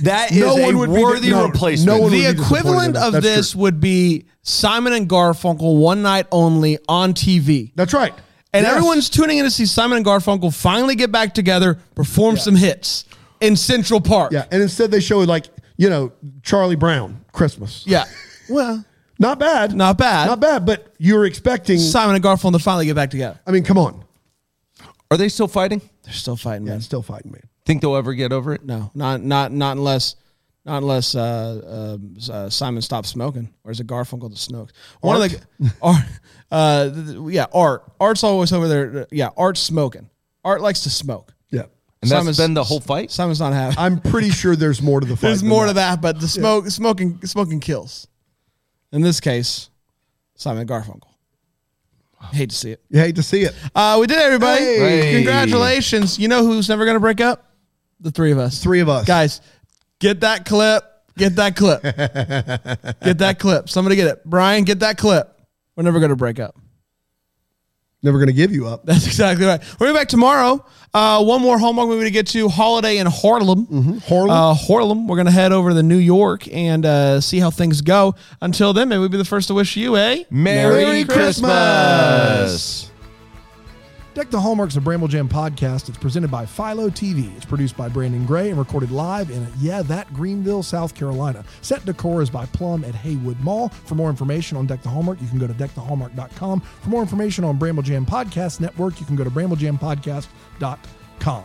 Speaker 2: that is
Speaker 3: No one
Speaker 2: a
Speaker 3: would be-
Speaker 2: worthy
Speaker 3: no, no
Speaker 2: replacement.
Speaker 3: one would
Speaker 1: the
Speaker 3: be disappointed
Speaker 1: equivalent
Speaker 3: in that.
Speaker 1: of
Speaker 3: That's
Speaker 1: this would be Simon and Garfunkel one night only on TV.
Speaker 3: That's right.
Speaker 1: and
Speaker 3: Yes.
Speaker 1: everyone's tuning in to see Simon and Garfunkel finally get back together, perform some hits in Central Park.
Speaker 3: Yeah, and instead they show like you know Charlie Brown Christmas.
Speaker 1: Yeah. Well,
Speaker 3: not bad,
Speaker 1: Not bad.
Speaker 3: not bad. But you were expecting.
Speaker 1: Simon and Garfunkel to finally get back together.
Speaker 3: I mean, come on,
Speaker 2: Are they still fighting?
Speaker 1: They're still fighting, man.
Speaker 3: still fighting man.
Speaker 2: Think they'll ever get over it?
Speaker 1: No, not not not unless not unless uh, uh, uh, Simon stops smoking, or is it Garfunkel that smokes? One of the art, uh, th- th- yeah, Art. Art's always over there. uh, Yeah, Art's smoking. Art likes to smoke.
Speaker 3: Yeah,
Speaker 2: And that's been the whole fight?
Speaker 1: Simon's not happy.
Speaker 3: I'm pretty sure there's more to the fight.
Speaker 1: There's
Speaker 3: than
Speaker 1: more to that, but the smoke, smoking, smoking kills. In this case, Simon and Garfunkel. Hate to see it.
Speaker 3: You hate to see it.
Speaker 1: Uh, we did, it, everybody.
Speaker 3: Hey.
Speaker 2: Hey.
Speaker 1: Congratulations. You know who's never going to break up? The three of us.
Speaker 3: Three of us.
Speaker 1: Guys, get that clip. Get that clip. get that clip. Somebody get it. Brian, get that clip. We're never going to break up.
Speaker 3: Never gonna give you up.
Speaker 1: That's exactly right. We're back tomorrow. Uh, one more Hallmark movie to get to Holiday in Harlem.
Speaker 3: Harlem.
Speaker 1: Uh, Harlem. We're going to head over to New York and uh, see how things go. Until then, maybe we'll be the first to wish you a
Speaker 2: Merry,
Speaker 3: Merry
Speaker 2: Christmas.
Speaker 3: Christmas.
Speaker 4: Deck the Hallmarks of Bramble Jam podcast. It's presented by Philo TV. It's produced by Brandon Gray and recorded live in, yeah, that Greenville, South Carolina. Set decor is by Plum at Haywood Mall. For more information on Deck the Hallmark, you can go to deckthehallmark.com. For more information on Bramble Jam Podcast Network, you can go to bramblejamspodcast.com.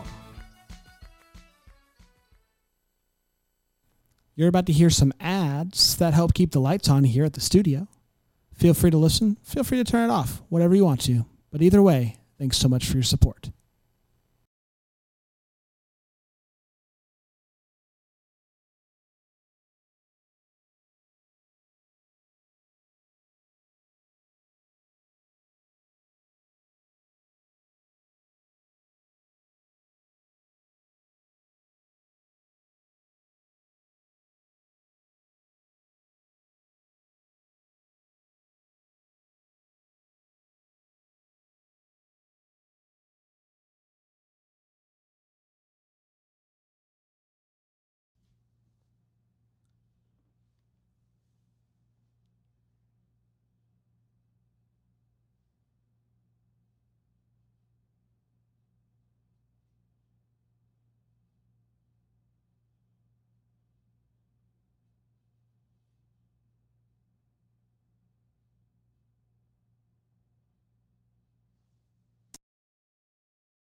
Speaker 7: You're about to hear some ads that help keep the lights on here at the studio. Feel free to listen, feel free to turn it off, whatever you want to. But either way, thanks so much for your support.